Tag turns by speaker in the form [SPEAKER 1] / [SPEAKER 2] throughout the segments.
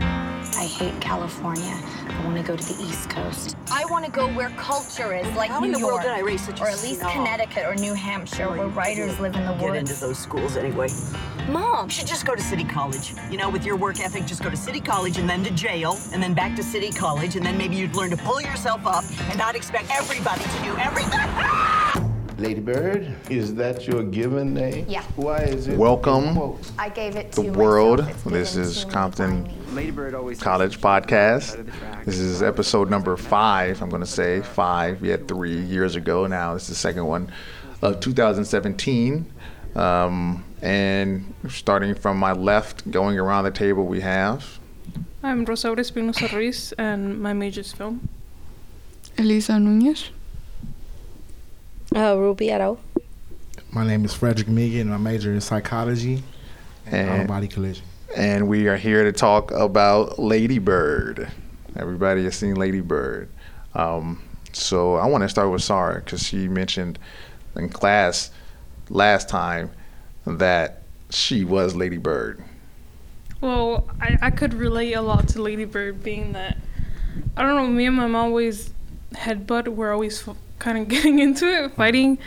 [SPEAKER 1] I hate California. I want to go to the East Coast.
[SPEAKER 2] I want to go where culture is, like
[SPEAKER 3] How
[SPEAKER 2] New
[SPEAKER 3] in the
[SPEAKER 2] York,
[SPEAKER 3] world did I raise such a
[SPEAKER 2] or at least
[SPEAKER 3] snob?
[SPEAKER 2] Connecticut or New Hampshire, where writers live in the
[SPEAKER 3] Get into
[SPEAKER 2] woods.
[SPEAKER 3] those schools anyway.
[SPEAKER 2] Mom,
[SPEAKER 3] You should just go to city college. You know, with your work ethic, just go to city college and then to jail and then back to city college and then maybe you'd learn to pull yourself up and not expect everybody to do everything.
[SPEAKER 4] Lady Bird, is that your given name?
[SPEAKER 5] Yeah.
[SPEAKER 4] Why is it?
[SPEAKER 6] Welcome.
[SPEAKER 4] in quotes?
[SPEAKER 5] I gave it to
[SPEAKER 6] the world.
[SPEAKER 5] myself. It's
[SPEAKER 6] This
[SPEAKER 5] given
[SPEAKER 6] is
[SPEAKER 5] to me
[SPEAKER 6] Compton
[SPEAKER 5] by me.
[SPEAKER 6] College Podcast. This is episode number five, I'm going to say five. We had three years ago. Now it's the second one of 2017. Um, and starting from my left, going around the table, we have
[SPEAKER 7] Ah, I'm Rosaura Espinosa Ruiz, and my major is film.
[SPEAKER 8] Elisa Nunez.
[SPEAKER 9] Uh, Ruby Arau.
[SPEAKER 10] My name is Frederick Megan, and my major is psychology and
[SPEAKER 6] And-
[SPEAKER 10] auto body collision.
[SPEAKER 6] and we are here to talk about Lady Bird. Everybody has seen Lady Bird. Um, so I want to start with Sarah because she mentioned in class last time that she was Lady Bird.
[SPEAKER 7] Well, I, I could relate a lot to Lady Bird, being that I don't know. Me and my mom always headbutt. We're always f- kind of getting into it, fighting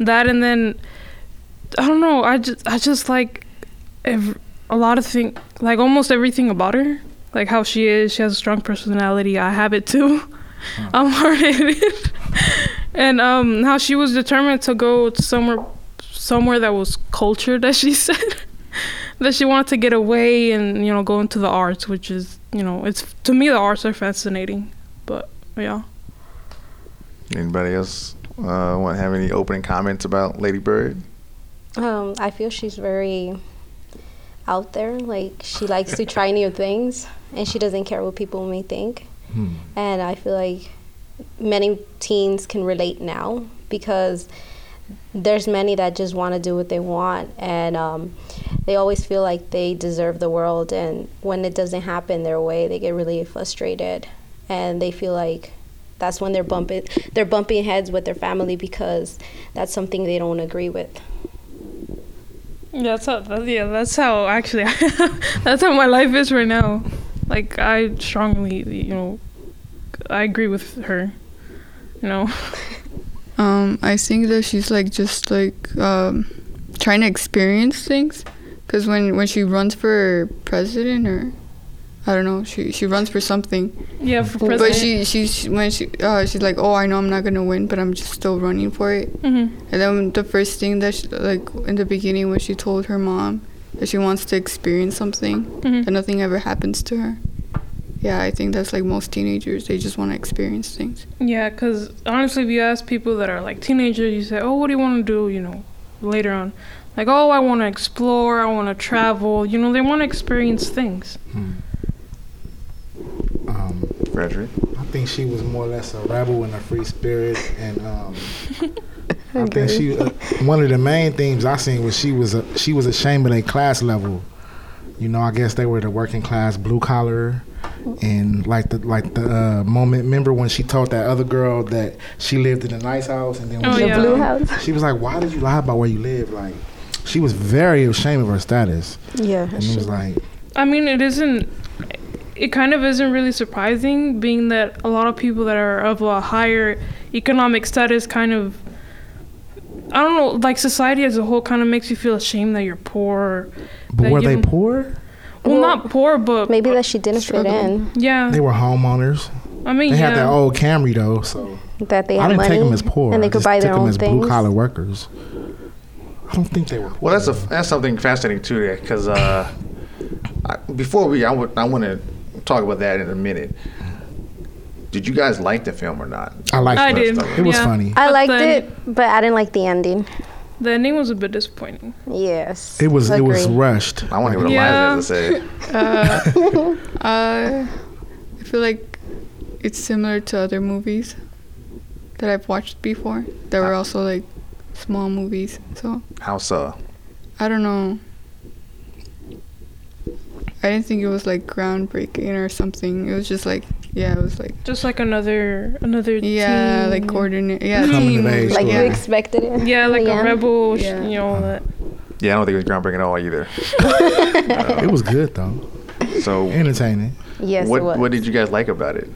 [SPEAKER 7] that, and then I don't know. I just I just like ev- a lot of thing, like almost everything about her, like how she is. She has a strong personality. I have it too. I'm hard headed, and um, how she was determined to go somewhere somewhere that was cultured, as she said. that she wanted to get away and you know go into the arts, which is you know it's to me the arts are fascinating, but yeah.
[SPEAKER 6] Anybody else uh, want to have any opening comments about Lady Bird?
[SPEAKER 9] Um, I feel she's very out there. Like she likes to try new things, and she doesn't care what people may think. And I feel like many teens can relate now because there's many that just want to do what they want, and um, they always feel like they deserve the world. And when it doesn't happen their way, they get really frustrated, and they feel like that's when they're bumping they're bumping heads with their family because that's something they don't agree with.
[SPEAKER 7] Yeah, that's how. That, yeah, that's how. Actually, that's how my life is right now. Like I strongly, you know, I agree with her. You know.
[SPEAKER 8] Um, I think that she's like just like um, trying to experience things, because when when she runs for president or I don't know, she she runs for something,
[SPEAKER 7] Yeah, for
[SPEAKER 8] but
[SPEAKER 7] president.
[SPEAKER 8] she she, she when she uh, she's like, oh, I know I'm not gonna win, but I'm just still running for it.
[SPEAKER 7] Mhm.
[SPEAKER 8] And then the first thing that she, like in the beginning when she told her mom that she wants to experience something,
[SPEAKER 7] Mhm.
[SPEAKER 8] that nothing ever happens to her. Yeah, I think that's like most teenagers. They just want to experience things.
[SPEAKER 7] Yeah, because honestly, if you ask people that are like teenagers, you say, "Oh, what do you want to do?" You know, later on, like, "Oh, I want to explore. I want to travel." You know, they want to experience things.
[SPEAKER 10] Um,
[SPEAKER 6] Frederick?
[SPEAKER 10] I think she was more or less a rebel and a free spirit, and um, I think she uh, one of the main themes I seen was she was a, she was ashamed of their class level. You know, I guess they were the working class, blue collar, and like the like the uh, moment. Remember when she told that other girl that she lived in a nice house, and then when
[SPEAKER 7] Oh,
[SPEAKER 10] she
[SPEAKER 7] yeah. The blue
[SPEAKER 9] house.
[SPEAKER 10] she was like, "Why did you lie about where you live?" Like, she was very ashamed of her status,
[SPEAKER 9] Yeah.
[SPEAKER 10] and it was like,
[SPEAKER 7] I mean, it isn't. It kind of isn't really surprising, being that a lot of people that are of a higher economic status kind of. I don't know, like society as a whole kind of makes you feel ashamed that you're poor.
[SPEAKER 10] but
[SPEAKER 7] That
[SPEAKER 10] were they
[SPEAKER 7] you-
[SPEAKER 10] poor?
[SPEAKER 7] Well,
[SPEAKER 9] Well,
[SPEAKER 7] not poor, but
[SPEAKER 9] Maybe that she didn't fit in.
[SPEAKER 7] yeah.
[SPEAKER 10] They were homeowners.
[SPEAKER 7] I mean,
[SPEAKER 10] They
[SPEAKER 7] yeah.
[SPEAKER 10] had that old Camry though, so
[SPEAKER 9] That they
[SPEAKER 10] I
[SPEAKER 9] had
[SPEAKER 10] didn't
[SPEAKER 9] money
[SPEAKER 10] take them as poor.
[SPEAKER 9] and they
[SPEAKER 10] I
[SPEAKER 9] could
[SPEAKER 10] just
[SPEAKER 9] buy
[SPEAKER 10] took
[SPEAKER 9] their
[SPEAKER 10] them
[SPEAKER 9] own
[SPEAKER 10] as
[SPEAKER 9] things.
[SPEAKER 10] blue collar workers. I don't think they were.
[SPEAKER 6] Well, that's a that's something fascinating too, because uh, I- before we, I would I want to talk about that in a minute. Did you guys like the film or not?
[SPEAKER 10] I liked
[SPEAKER 7] I
[SPEAKER 10] it.
[SPEAKER 7] did.
[SPEAKER 10] It was
[SPEAKER 7] yeah.
[SPEAKER 10] funny.
[SPEAKER 9] I
[SPEAKER 7] But
[SPEAKER 9] liked
[SPEAKER 7] then-
[SPEAKER 9] it, but I didn't like the ending.
[SPEAKER 7] The ending was a bit disappointing.
[SPEAKER 9] Yes.
[SPEAKER 10] It was. It was
[SPEAKER 9] agree.
[SPEAKER 10] rushed.
[SPEAKER 6] I want to hear what
[SPEAKER 7] Yeah.
[SPEAKER 6] Eliza has to say.
[SPEAKER 8] Uh, I feel like it's similar to other movies that I've watched before that were also like small movies. So
[SPEAKER 6] How so?
[SPEAKER 8] I don't know. I didn't think it was like groundbreaking or something. It was just like yeah, it was like
[SPEAKER 7] Just like another another
[SPEAKER 8] yeah,
[SPEAKER 7] teen.
[SPEAKER 8] like ordinary yeah,
[SPEAKER 10] Coming
[SPEAKER 8] teen
[SPEAKER 10] of
[SPEAKER 8] movie.
[SPEAKER 10] age
[SPEAKER 9] Like you
[SPEAKER 10] story.
[SPEAKER 9] expected it.
[SPEAKER 7] yeah, like
[SPEAKER 9] Yeah.
[SPEAKER 7] a rebel, sh
[SPEAKER 8] Yeah.
[SPEAKER 7] you know that.
[SPEAKER 6] Yeah, I don't think it was groundbreaking at all either.
[SPEAKER 10] It was good though.
[SPEAKER 6] So
[SPEAKER 10] Entertaining.
[SPEAKER 9] Yes, it was.
[SPEAKER 6] what what did you guys like about it?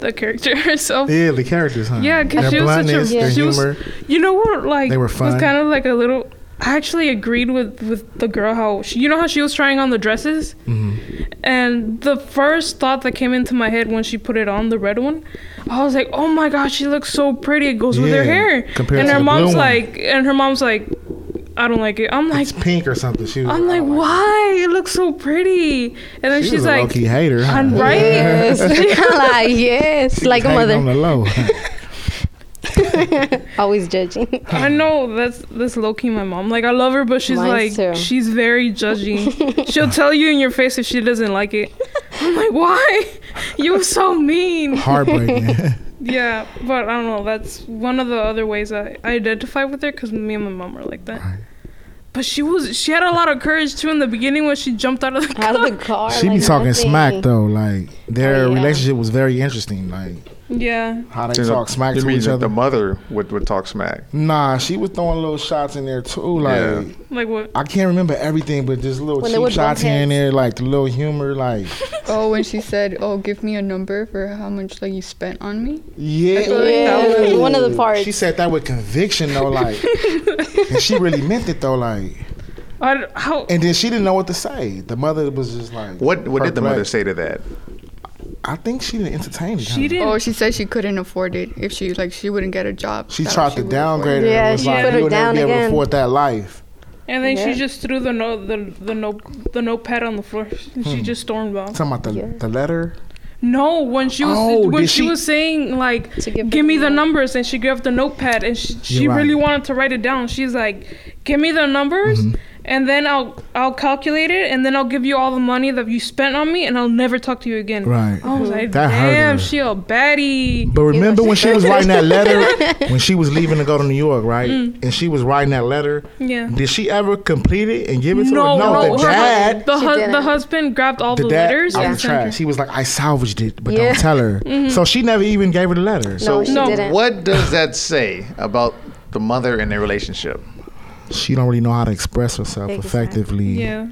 [SPEAKER 7] the character herself.
[SPEAKER 10] Yeah, the characters, huh?
[SPEAKER 7] Yeah, 'cause
[SPEAKER 10] Their
[SPEAKER 7] she was such a-
[SPEAKER 10] bluntness, their
[SPEAKER 7] she was-
[SPEAKER 10] humor.
[SPEAKER 7] You know what? Like
[SPEAKER 10] They were
[SPEAKER 7] was
[SPEAKER 10] fun.
[SPEAKER 7] kind of like a little. I actually agreed with with the girl how she, you know how she was trying on the dresses,
[SPEAKER 10] Mm-hmm.
[SPEAKER 7] and the first thought that came into my head when she put it on the red one, I was like, oh my gosh, she looks so pretty. It goes with her
[SPEAKER 10] Yeah,
[SPEAKER 7] hair.
[SPEAKER 10] compared
[SPEAKER 7] and
[SPEAKER 10] to
[SPEAKER 7] her
[SPEAKER 10] the blue
[SPEAKER 7] mom's
[SPEAKER 10] one.
[SPEAKER 7] like, and her mom's like, I don't like it. I'm like,
[SPEAKER 10] it's pink or something. She was,
[SPEAKER 7] I'm like, why? It looks so pretty. And then
[SPEAKER 10] Oh, She
[SPEAKER 7] she's
[SPEAKER 10] was a
[SPEAKER 7] like,
[SPEAKER 10] low key hater. Huh?
[SPEAKER 7] I'm right.
[SPEAKER 9] like yes, like a
[SPEAKER 10] Hating on
[SPEAKER 9] mother.
[SPEAKER 10] the low.
[SPEAKER 9] Always judging.
[SPEAKER 7] I know that's that's low key my mom. Like I love her, but she's
[SPEAKER 9] Mine
[SPEAKER 7] like
[SPEAKER 9] too.
[SPEAKER 7] she's very judgy. She'll tell you in your face if she doesn't like it. I'm like, why? You were so mean.
[SPEAKER 10] Heartbreaking.
[SPEAKER 7] Yeah, but I don't know. That's one of the other ways I, I identify with her because me and my mom were like that. But she was she had a lot of courage too in the beginning when she jumped out of the car.
[SPEAKER 9] Out of the car.
[SPEAKER 10] she be
[SPEAKER 9] like,
[SPEAKER 10] talking
[SPEAKER 9] nothing.
[SPEAKER 10] smack though. Like their
[SPEAKER 9] Oh, yeah.
[SPEAKER 10] relationship was very interesting. Like
[SPEAKER 7] yeah,
[SPEAKER 10] how they talk smack
[SPEAKER 6] You
[SPEAKER 10] to
[SPEAKER 6] mean
[SPEAKER 10] each
[SPEAKER 6] that
[SPEAKER 10] other.
[SPEAKER 6] The mother would, would talk smack.
[SPEAKER 10] nah, she was throwing little shots in there too. Like
[SPEAKER 6] Yeah.
[SPEAKER 7] like what?
[SPEAKER 10] I can't remember everything, but just little
[SPEAKER 9] When they
[SPEAKER 10] cheap
[SPEAKER 9] would
[SPEAKER 10] shots
[SPEAKER 9] bump
[SPEAKER 10] here and
[SPEAKER 9] heads.
[SPEAKER 10] there, like the little humor. Like
[SPEAKER 8] Oh, when she said, "Oh, give me a number for how much like you spent on me."
[SPEAKER 10] yeah,
[SPEAKER 8] feel like that
[SPEAKER 9] was one of the
[SPEAKER 10] Ooh.
[SPEAKER 9] parts.
[SPEAKER 10] She said that with conviction though. Like and she really meant it though. Like
[SPEAKER 7] I d- how
[SPEAKER 10] and then she didn't know what to say. The mother was just like,
[SPEAKER 6] What what did the mother
[SPEAKER 10] perplexed.
[SPEAKER 6] say to that?
[SPEAKER 10] I think she didn't entertain it.
[SPEAKER 7] she
[SPEAKER 10] huh?
[SPEAKER 7] didn't.
[SPEAKER 8] Oh, she said she couldn't afford it if she like she wouldn't get a job.
[SPEAKER 10] She
[SPEAKER 8] that
[SPEAKER 10] tried to
[SPEAKER 8] would afford
[SPEAKER 10] downgrade her.
[SPEAKER 9] Yeah,
[SPEAKER 10] Yeah, was
[SPEAKER 9] she
[SPEAKER 10] like,
[SPEAKER 9] put her
[SPEAKER 10] You'll never
[SPEAKER 9] down
[SPEAKER 10] be able to
[SPEAKER 9] again.
[SPEAKER 10] afford that life.
[SPEAKER 7] and then
[SPEAKER 9] Yeah.
[SPEAKER 7] she just threw the note the the note the notepad on the floor. She
[SPEAKER 10] Hmm.
[SPEAKER 7] just stormed off.
[SPEAKER 10] Talking about the, the letter.
[SPEAKER 7] No, when she was
[SPEAKER 10] Oh,
[SPEAKER 7] when
[SPEAKER 10] did
[SPEAKER 7] she,
[SPEAKER 10] she-
[SPEAKER 7] was saying like,
[SPEAKER 9] To
[SPEAKER 7] give,
[SPEAKER 9] give
[SPEAKER 7] me
[SPEAKER 9] the
[SPEAKER 7] the
[SPEAKER 9] number."
[SPEAKER 7] numbers, and she grabbed the notepad, and she, she
[SPEAKER 10] You're right. Mm-hmm.
[SPEAKER 7] really wanted to write it down. She's like, give me the numbers, and then I'll I'll calculate it, and then I'll give you all the money that you spent on me, and I'll never talk to you again.
[SPEAKER 10] Right.
[SPEAKER 7] I was like,
[SPEAKER 10] That hurt
[SPEAKER 7] damn,
[SPEAKER 10] her.
[SPEAKER 7] she a baddie.
[SPEAKER 10] But remember when she was writing that letter when she was leaving to go to New York, right? And she was writing that letter.
[SPEAKER 7] Yeah.
[SPEAKER 10] Did she ever complete it and give it to
[SPEAKER 7] No,
[SPEAKER 10] her? No,
[SPEAKER 7] no,
[SPEAKER 10] the
[SPEAKER 7] her-
[SPEAKER 10] dad.
[SPEAKER 7] The
[SPEAKER 9] She
[SPEAKER 7] hu- the
[SPEAKER 9] didn't.
[SPEAKER 7] husband grabbed all
[SPEAKER 10] The
[SPEAKER 7] the
[SPEAKER 10] dad
[SPEAKER 7] letters.
[SPEAKER 10] out
[SPEAKER 7] and
[SPEAKER 10] the
[SPEAKER 7] sent her.
[SPEAKER 10] trash. He was like, "I salvaged it, but
[SPEAKER 9] Yeah. Mm-hmm.
[SPEAKER 10] don't tell her." So she never even gave her the letter.
[SPEAKER 9] No,
[SPEAKER 6] So
[SPEAKER 9] she
[SPEAKER 7] No.
[SPEAKER 9] didn't.
[SPEAKER 6] what does that say about the mother and their relationship?
[SPEAKER 10] She don't really know how to express herself
[SPEAKER 9] Exactly.
[SPEAKER 10] effectively.
[SPEAKER 7] Yeah,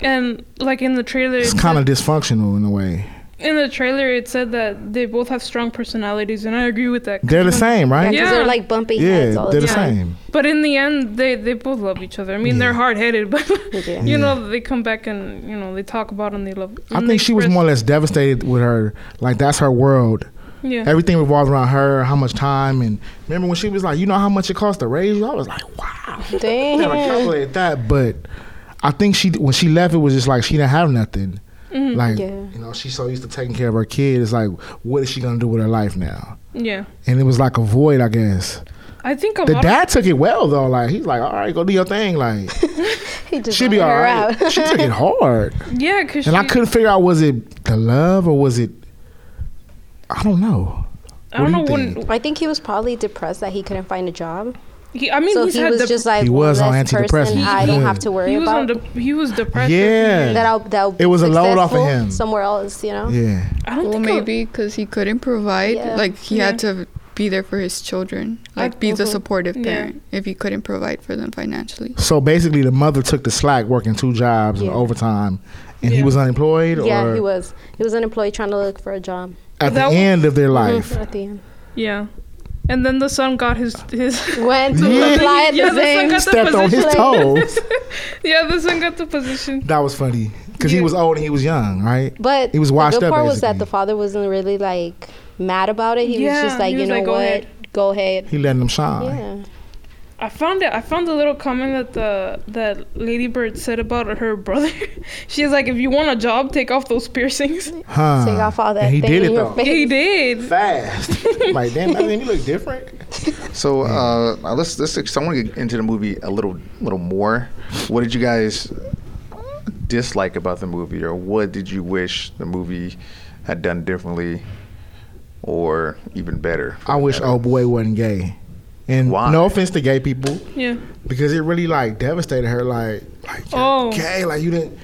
[SPEAKER 7] and like in the trailer,
[SPEAKER 10] It's
[SPEAKER 7] it
[SPEAKER 10] kind of dysfunctional in a way.
[SPEAKER 7] said- in the trailer it said that they both have strong personalities, and I agree with that. 'cause
[SPEAKER 10] They're the
[SPEAKER 7] when-
[SPEAKER 10] same,
[SPEAKER 9] Yeah, 'cause
[SPEAKER 10] right?
[SPEAKER 9] they're like bumping heads all
[SPEAKER 10] they're
[SPEAKER 9] the
[SPEAKER 10] the
[SPEAKER 9] time.
[SPEAKER 10] same.
[SPEAKER 7] But in the end, they, they both love each other. I mean, they're hard headed, but
[SPEAKER 9] Yeah.
[SPEAKER 7] you know they come back and you know they talk about and they love.
[SPEAKER 10] I
[SPEAKER 7] and
[SPEAKER 10] think
[SPEAKER 7] they
[SPEAKER 10] she was more or
[SPEAKER 7] express-
[SPEAKER 10] less devastated with her. Like that's her world.
[SPEAKER 7] yeah.
[SPEAKER 10] Everything revolves around her, how much time, and remember when she was like, "You know how much it costs to raise you?" I was like, "Wow, I never
[SPEAKER 9] Damn.
[SPEAKER 10] calculated that." But I think she, when she left, it was just like she didn't have nothing. Like
[SPEAKER 9] Mm-hmm. Yeah.
[SPEAKER 10] you know, she's so used to taking care of her kid. It's like, what is she gonna do with her life now?
[SPEAKER 7] yeah.
[SPEAKER 10] And it was like a void, I guess.
[SPEAKER 7] I think a
[SPEAKER 10] The
[SPEAKER 7] lot.
[SPEAKER 10] dad took it well though. Like he's like, "All right, go do your thing." Like
[SPEAKER 9] He just
[SPEAKER 10] she'll be all
[SPEAKER 9] wanted her
[SPEAKER 10] right.
[SPEAKER 9] out.
[SPEAKER 10] she took it hard.
[SPEAKER 7] of, yeah, because
[SPEAKER 10] And I couldn't figure out was it the love or was it I don't know.
[SPEAKER 7] I don't know
[SPEAKER 10] what do you
[SPEAKER 7] when.
[SPEAKER 10] think?
[SPEAKER 9] I think he was probably depressed that he couldn't find a job.
[SPEAKER 7] He, I mean,
[SPEAKER 9] So
[SPEAKER 7] he's
[SPEAKER 9] he
[SPEAKER 7] had
[SPEAKER 9] was
[SPEAKER 7] dep-
[SPEAKER 9] just like,
[SPEAKER 10] He
[SPEAKER 9] one
[SPEAKER 10] was on
[SPEAKER 9] less person
[SPEAKER 10] antidepressants.
[SPEAKER 9] I don't have to
[SPEAKER 7] he
[SPEAKER 9] worry
[SPEAKER 7] was on
[SPEAKER 9] about.
[SPEAKER 7] de- he was depressed.
[SPEAKER 10] Yeah.
[SPEAKER 9] that I'll, that I'll
[SPEAKER 10] It was a load off of
[SPEAKER 9] successful
[SPEAKER 10] him.
[SPEAKER 9] Somewhere else, you know?
[SPEAKER 10] Yeah.
[SPEAKER 7] I don't
[SPEAKER 8] Well,
[SPEAKER 7] think. Maybe.
[SPEAKER 8] maybe because he couldn't provide,
[SPEAKER 9] Yeah.
[SPEAKER 8] like he had to be there for his children, like be
[SPEAKER 7] Uh-huh.
[SPEAKER 8] the supportive
[SPEAKER 7] Yeah.
[SPEAKER 8] parent if he couldn't provide for them financially.
[SPEAKER 10] So basically the mother took the slack working two jobs and
[SPEAKER 9] Yeah.
[SPEAKER 10] overtime and he
[SPEAKER 7] Yeah.
[SPEAKER 10] was unemployed
[SPEAKER 9] Yeah,
[SPEAKER 10] or
[SPEAKER 9] he was. He was unemployed trying to look for a job.
[SPEAKER 10] at the
[SPEAKER 7] That was-
[SPEAKER 10] end of their life.
[SPEAKER 9] At the end.
[SPEAKER 7] yeah. And then the son got his his.
[SPEAKER 9] Went to apply at
[SPEAKER 7] yeah,
[SPEAKER 9] the same.
[SPEAKER 7] the son got
[SPEAKER 10] Stepped
[SPEAKER 7] the
[SPEAKER 10] on his
[SPEAKER 7] position.
[SPEAKER 10] toes.
[SPEAKER 7] Yeah, the son got the position.
[SPEAKER 10] that was funny. Because he
[SPEAKER 7] Yeah.
[SPEAKER 10] was old and he was young, right?
[SPEAKER 9] But
[SPEAKER 10] He was washed
[SPEAKER 9] the good
[SPEAKER 10] up,
[SPEAKER 9] part was that
[SPEAKER 10] basically.
[SPEAKER 9] the father wasn't really like mad about it. He
[SPEAKER 7] Yeah,
[SPEAKER 9] was just like,
[SPEAKER 7] he
[SPEAKER 9] you
[SPEAKER 7] was
[SPEAKER 9] know
[SPEAKER 7] like, "Go
[SPEAKER 9] what,
[SPEAKER 7] ahead."
[SPEAKER 9] go ahead.
[SPEAKER 10] He letting them shine.
[SPEAKER 9] Yeah,
[SPEAKER 7] I found it. I found a little comment that the that Ladybird said about her brother. She's like, if you want a job, take off those piercings.
[SPEAKER 10] Huh.
[SPEAKER 9] take off all that
[SPEAKER 10] and he
[SPEAKER 9] thing
[SPEAKER 10] did
[SPEAKER 9] in
[SPEAKER 10] it
[SPEAKER 9] your
[SPEAKER 10] though.
[SPEAKER 9] face.
[SPEAKER 7] he did.
[SPEAKER 10] Fast. like damn, I mean he look different.
[SPEAKER 6] So uh,
[SPEAKER 9] Hmm.
[SPEAKER 6] uh, let's let's ex- I want to get into the movie a little little more. What did you guys dislike about the movie, or what did you wish the movie had done differently, or even better?
[SPEAKER 10] I wish old boy wasn't gay. And
[SPEAKER 6] Why?
[SPEAKER 10] no offense to gay people.
[SPEAKER 7] Yeah.
[SPEAKER 10] because it really like devastated her. Like, like you're
[SPEAKER 7] Oh.
[SPEAKER 10] gay, like you didn't.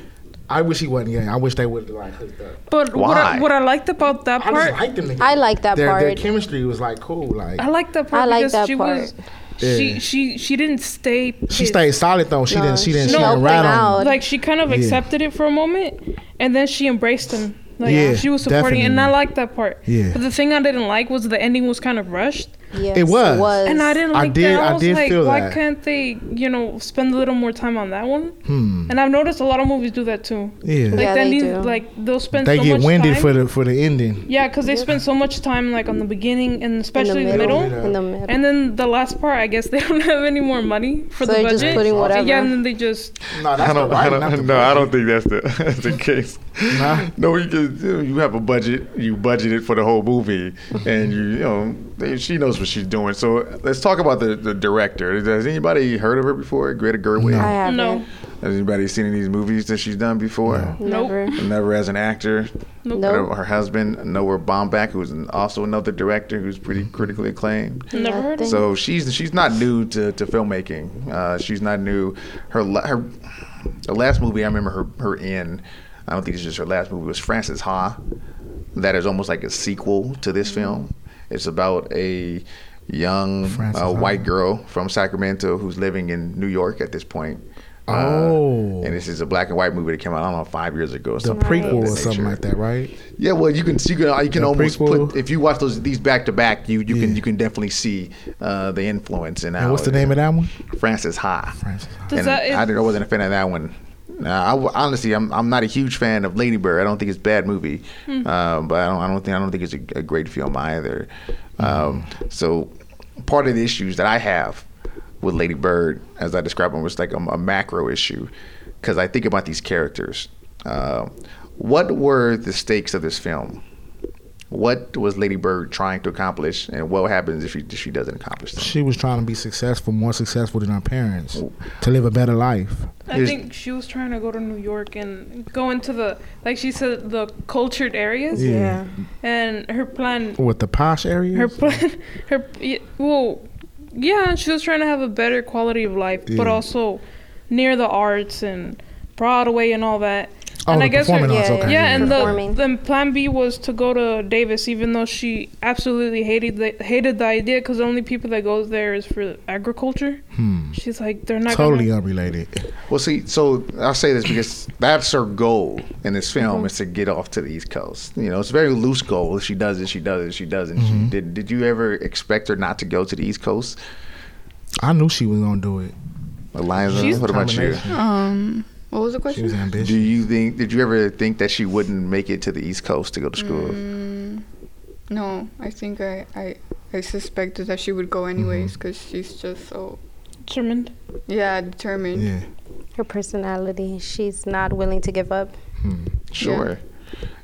[SPEAKER 10] I wish he wasn't gay. I wish they would like hooked up.
[SPEAKER 7] But what
[SPEAKER 6] Why?
[SPEAKER 7] I, what I liked about that
[SPEAKER 10] I just
[SPEAKER 7] part,
[SPEAKER 10] liked them. Together.
[SPEAKER 9] I like that
[SPEAKER 10] their, Their
[SPEAKER 9] part.
[SPEAKER 10] chemistry was like cool. Like
[SPEAKER 7] I liked that part
[SPEAKER 9] I like
[SPEAKER 7] because
[SPEAKER 9] that
[SPEAKER 7] she
[SPEAKER 9] part.
[SPEAKER 7] was
[SPEAKER 10] Yeah.
[SPEAKER 7] She she she didn't stay.
[SPEAKER 10] She
[SPEAKER 7] pissed.
[SPEAKER 10] stayed solid though. She didn't. She didn't.
[SPEAKER 7] she
[SPEAKER 10] she didn't
[SPEAKER 7] helped
[SPEAKER 10] rat
[SPEAKER 9] him
[SPEAKER 10] on.
[SPEAKER 9] out.
[SPEAKER 10] him.
[SPEAKER 7] Like she kind of
[SPEAKER 10] Yeah.
[SPEAKER 7] accepted it for a moment, and then she embraced him. Like
[SPEAKER 10] Yeah,
[SPEAKER 7] she was supporting, and I
[SPEAKER 10] definitely.
[SPEAKER 7] liked that part.
[SPEAKER 10] Yeah.
[SPEAKER 7] But the thing I didn't like was the ending was kind of rushed,
[SPEAKER 9] Yes,
[SPEAKER 10] It was.
[SPEAKER 7] and I didn't
[SPEAKER 10] I
[SPEAKER 7] like
[SPEAKER 10] did-
[SPEAKER 7] that. I
[SPEAKER 10] I
[SPEAKER 7] was
[SPEAKER 10] did
[SPEAKER 7] like,
[SPEAKER 10] feel
[SPEAKER 7] why
[SPEAKER 10] that.
[SPEAKER 7] can't they, you know, spend a little more time on that one? And I've noticed a lot of movies do that too. Like
[SPEAKER 10] Hmm. Yeah.
[SPEAKER 9] Yeah,
[SPEAKER 7] then
[SPEAKER 9] they
[SPEAKER 7] these-
[SPEAKER 9] do.
[SPEAKER 7] like they'll spend
[SPEAKER 10] They
[SPEAKER 7] so
[SPEAKER 10] get
[SPEAKER 7] much
[SPEAKER 10] winded
[SPEAKER 7] time.
[SPEAKER 10] for the for the ending.
[SPEAKER 7] yeah, because they spend so much time like on the beginning and especially the middle.
[SPEAKER 10] middle.
[SPEAKER 9] In the middle.
[SPEAKER 7] And then the last part, I guess they don't have any more money for the
[SPEAKER 9] So they're
[SPEAKER 7] budget.
[SPEAKER 9] just putting whatever.
[SPEAKER 7] Yeah, and then they just
[SPEAKER 10] No, that's
[SPEAKER 6] I don't.
[SPEAKER 10] the
[SPEAKER 6] I
[SPEAKER 10] writing, not the
[SPEAKER 6] don't. No, I
[SPEAKER 10] play.
[SPEAKER 6] don't think that's the that's the case.
[SPEAKER 10] Nah.
[SPEAKER 6] No, you can, you have a budget. You budget it for the whole movie, and you you know they, she knows what she's doing. So let's talk about the, the director. Has anybody heard of her before? Greta Gerwig.
[SPEAKER 9] I haven't.
[SPEAKER 7] no,
[SPEAKER 6] Has anybody seen any of these movies that she's done before?
[SPEAKER 9] Never.
[SPEAKER 6] Never as an actor.
[SPEAKER 9] Nope.
[SPEAKER 6] Her, her husband Noah Baumbach, who's an- also another director who's pretty
[SPEAKER 10] Mm-hmm.
[SPEAKER 6] critically acclaimed.
[SPEAKER 7] never heard. of
[SPEAKER 9] Nothing.
[SPEAKER 6] So she's she's not new to, to filmmaking. Uh, she's not new. Her la- her the last movie I remember her her in. I don't think it's just her last movie was Frances Ha. That is almost like a sequel to this
[SPEAKER 10] Mm-hmm.
[SPEAKER 6] film. It's about a young
[SPEAKER 10] Frances
[SPEAKER 6] uh,
[SPEAKER 10] Ha.
[SPEAKER 6] white girl from Sacramento who's living in New York at this point. Uh,
[SPEAKER 10] Oh.
[SPEAKER 6] and this is a black and white movie that came out. I don't know five years ago.
[SPEAKER 10] The prequel or something like that, right?
[SPEAKER 6] Yeah, well, you can you can you can
[SPEAKER 10] The
[SPEAKER 6] almost
[SPEAKER 10] prequel.
[SPEAKER 6] put if you watch those these back to back, you you
[SPEAKER 10] Yeah.
[SPEAKER 6] can you can definitely see uh, the influence and
[SPEAKER 10] And what's the name of that one?
[SPEAKER 6] Francis Ha.
[SPEAKER 10] Francis Ha.
[SPEAKER 7] Does
[SPEAKER 6] And
[SPEAKER 7] that-
[SPEAKER 6] I, didn't- I wasn't a fan of that one. Uh, I w honestly, I'm I'm not a huge fan of Lady Bird. I don't think it's a bad movie,
[SPEAKER 7] Hmm.
[SPEAKER 6] uh, but I don't I don't think I don't think it's a, a great film either. Um, so part of the issues that I have with Lady Bird, as I described them, was like a, a macro issue because I think about these characters. Uh, what were the stakes of this film? What was Lady Bird trying to accomplish, and what happens if she if she doesn't accomplish them?
[SPEAKER 10] She was trying to be successful, more successful than her parents, to live a better life.
[SPEAKER 7] I
[SPEAKER 6] Here's-
[SPEAKER 7] think she was trying to go to New York and go into the like she said the cultured areas
[SPEAKER 10] Yeah.
[SPEAKER 7] and her plan
[SPEAKER 10] With the posh areas.
[SPEAKER 7] her plan her yeah, well yeah she was trying to have a better quality of life but
[SPEAKER 10] Yeah.
[SPEAKER 7] also near the arts and Broadway and all that
[SPEAKER 10] oh,
[SPEAKER 7] and
[SPEAKER 10] the performing
[SPEAKER 7] her,
[SPEAKER 10] arts.
[SPEAKER 9] yeah,
[SPEAKER 10] okay.
[SPEAKER 7] yeah and the
[SPEAKER 9] Performing.
[SPEAKER 7] then plan B was to go to Davis even though she absolutely hated the hated the idea because the only people that goes there is for agriculture she's like they're not gonna-
[SPEAKER 10] Hmm. totally unrelated.
[SPEAKER 6] Well, see, so I'll say this because that's her goal in this film is to get off to the East Coast. You know, it's a very loose goal. If she does it, she does it, she doesn't. She, did, did you ever expect her not to go to the East Coast?
[SPEAKER 10] I knew she was gonna do it.
[SPEAKER 6] Eliza,
[SPEAKER 10] She's
[SPEAKER 6] what about you?
[SPEAKER 10] determination.
[SPEAKER 8] Um, what was the
[SPEAKER 10] She
[SPEAKER 8] question?
[SPEAKER 10] was ambitious.
[SPEAKER 6] Do you think, did you ever think that she wouldn't make it to the East Coast to go to school?
[SPEAKER 8] No, I think I, I, I suspected that she would go
[SPEAKER 10] Mm-hmm.
[SPEAKER 8] anyways because she's just so,
[SPEAKER 7] determined
[SPEAKER 8] yeah, determined.
[SPEAKER 10] Yeah.
[SPEAKER 9] Her personality. She's not willing to give up.
[SPEAKER 6] Sure.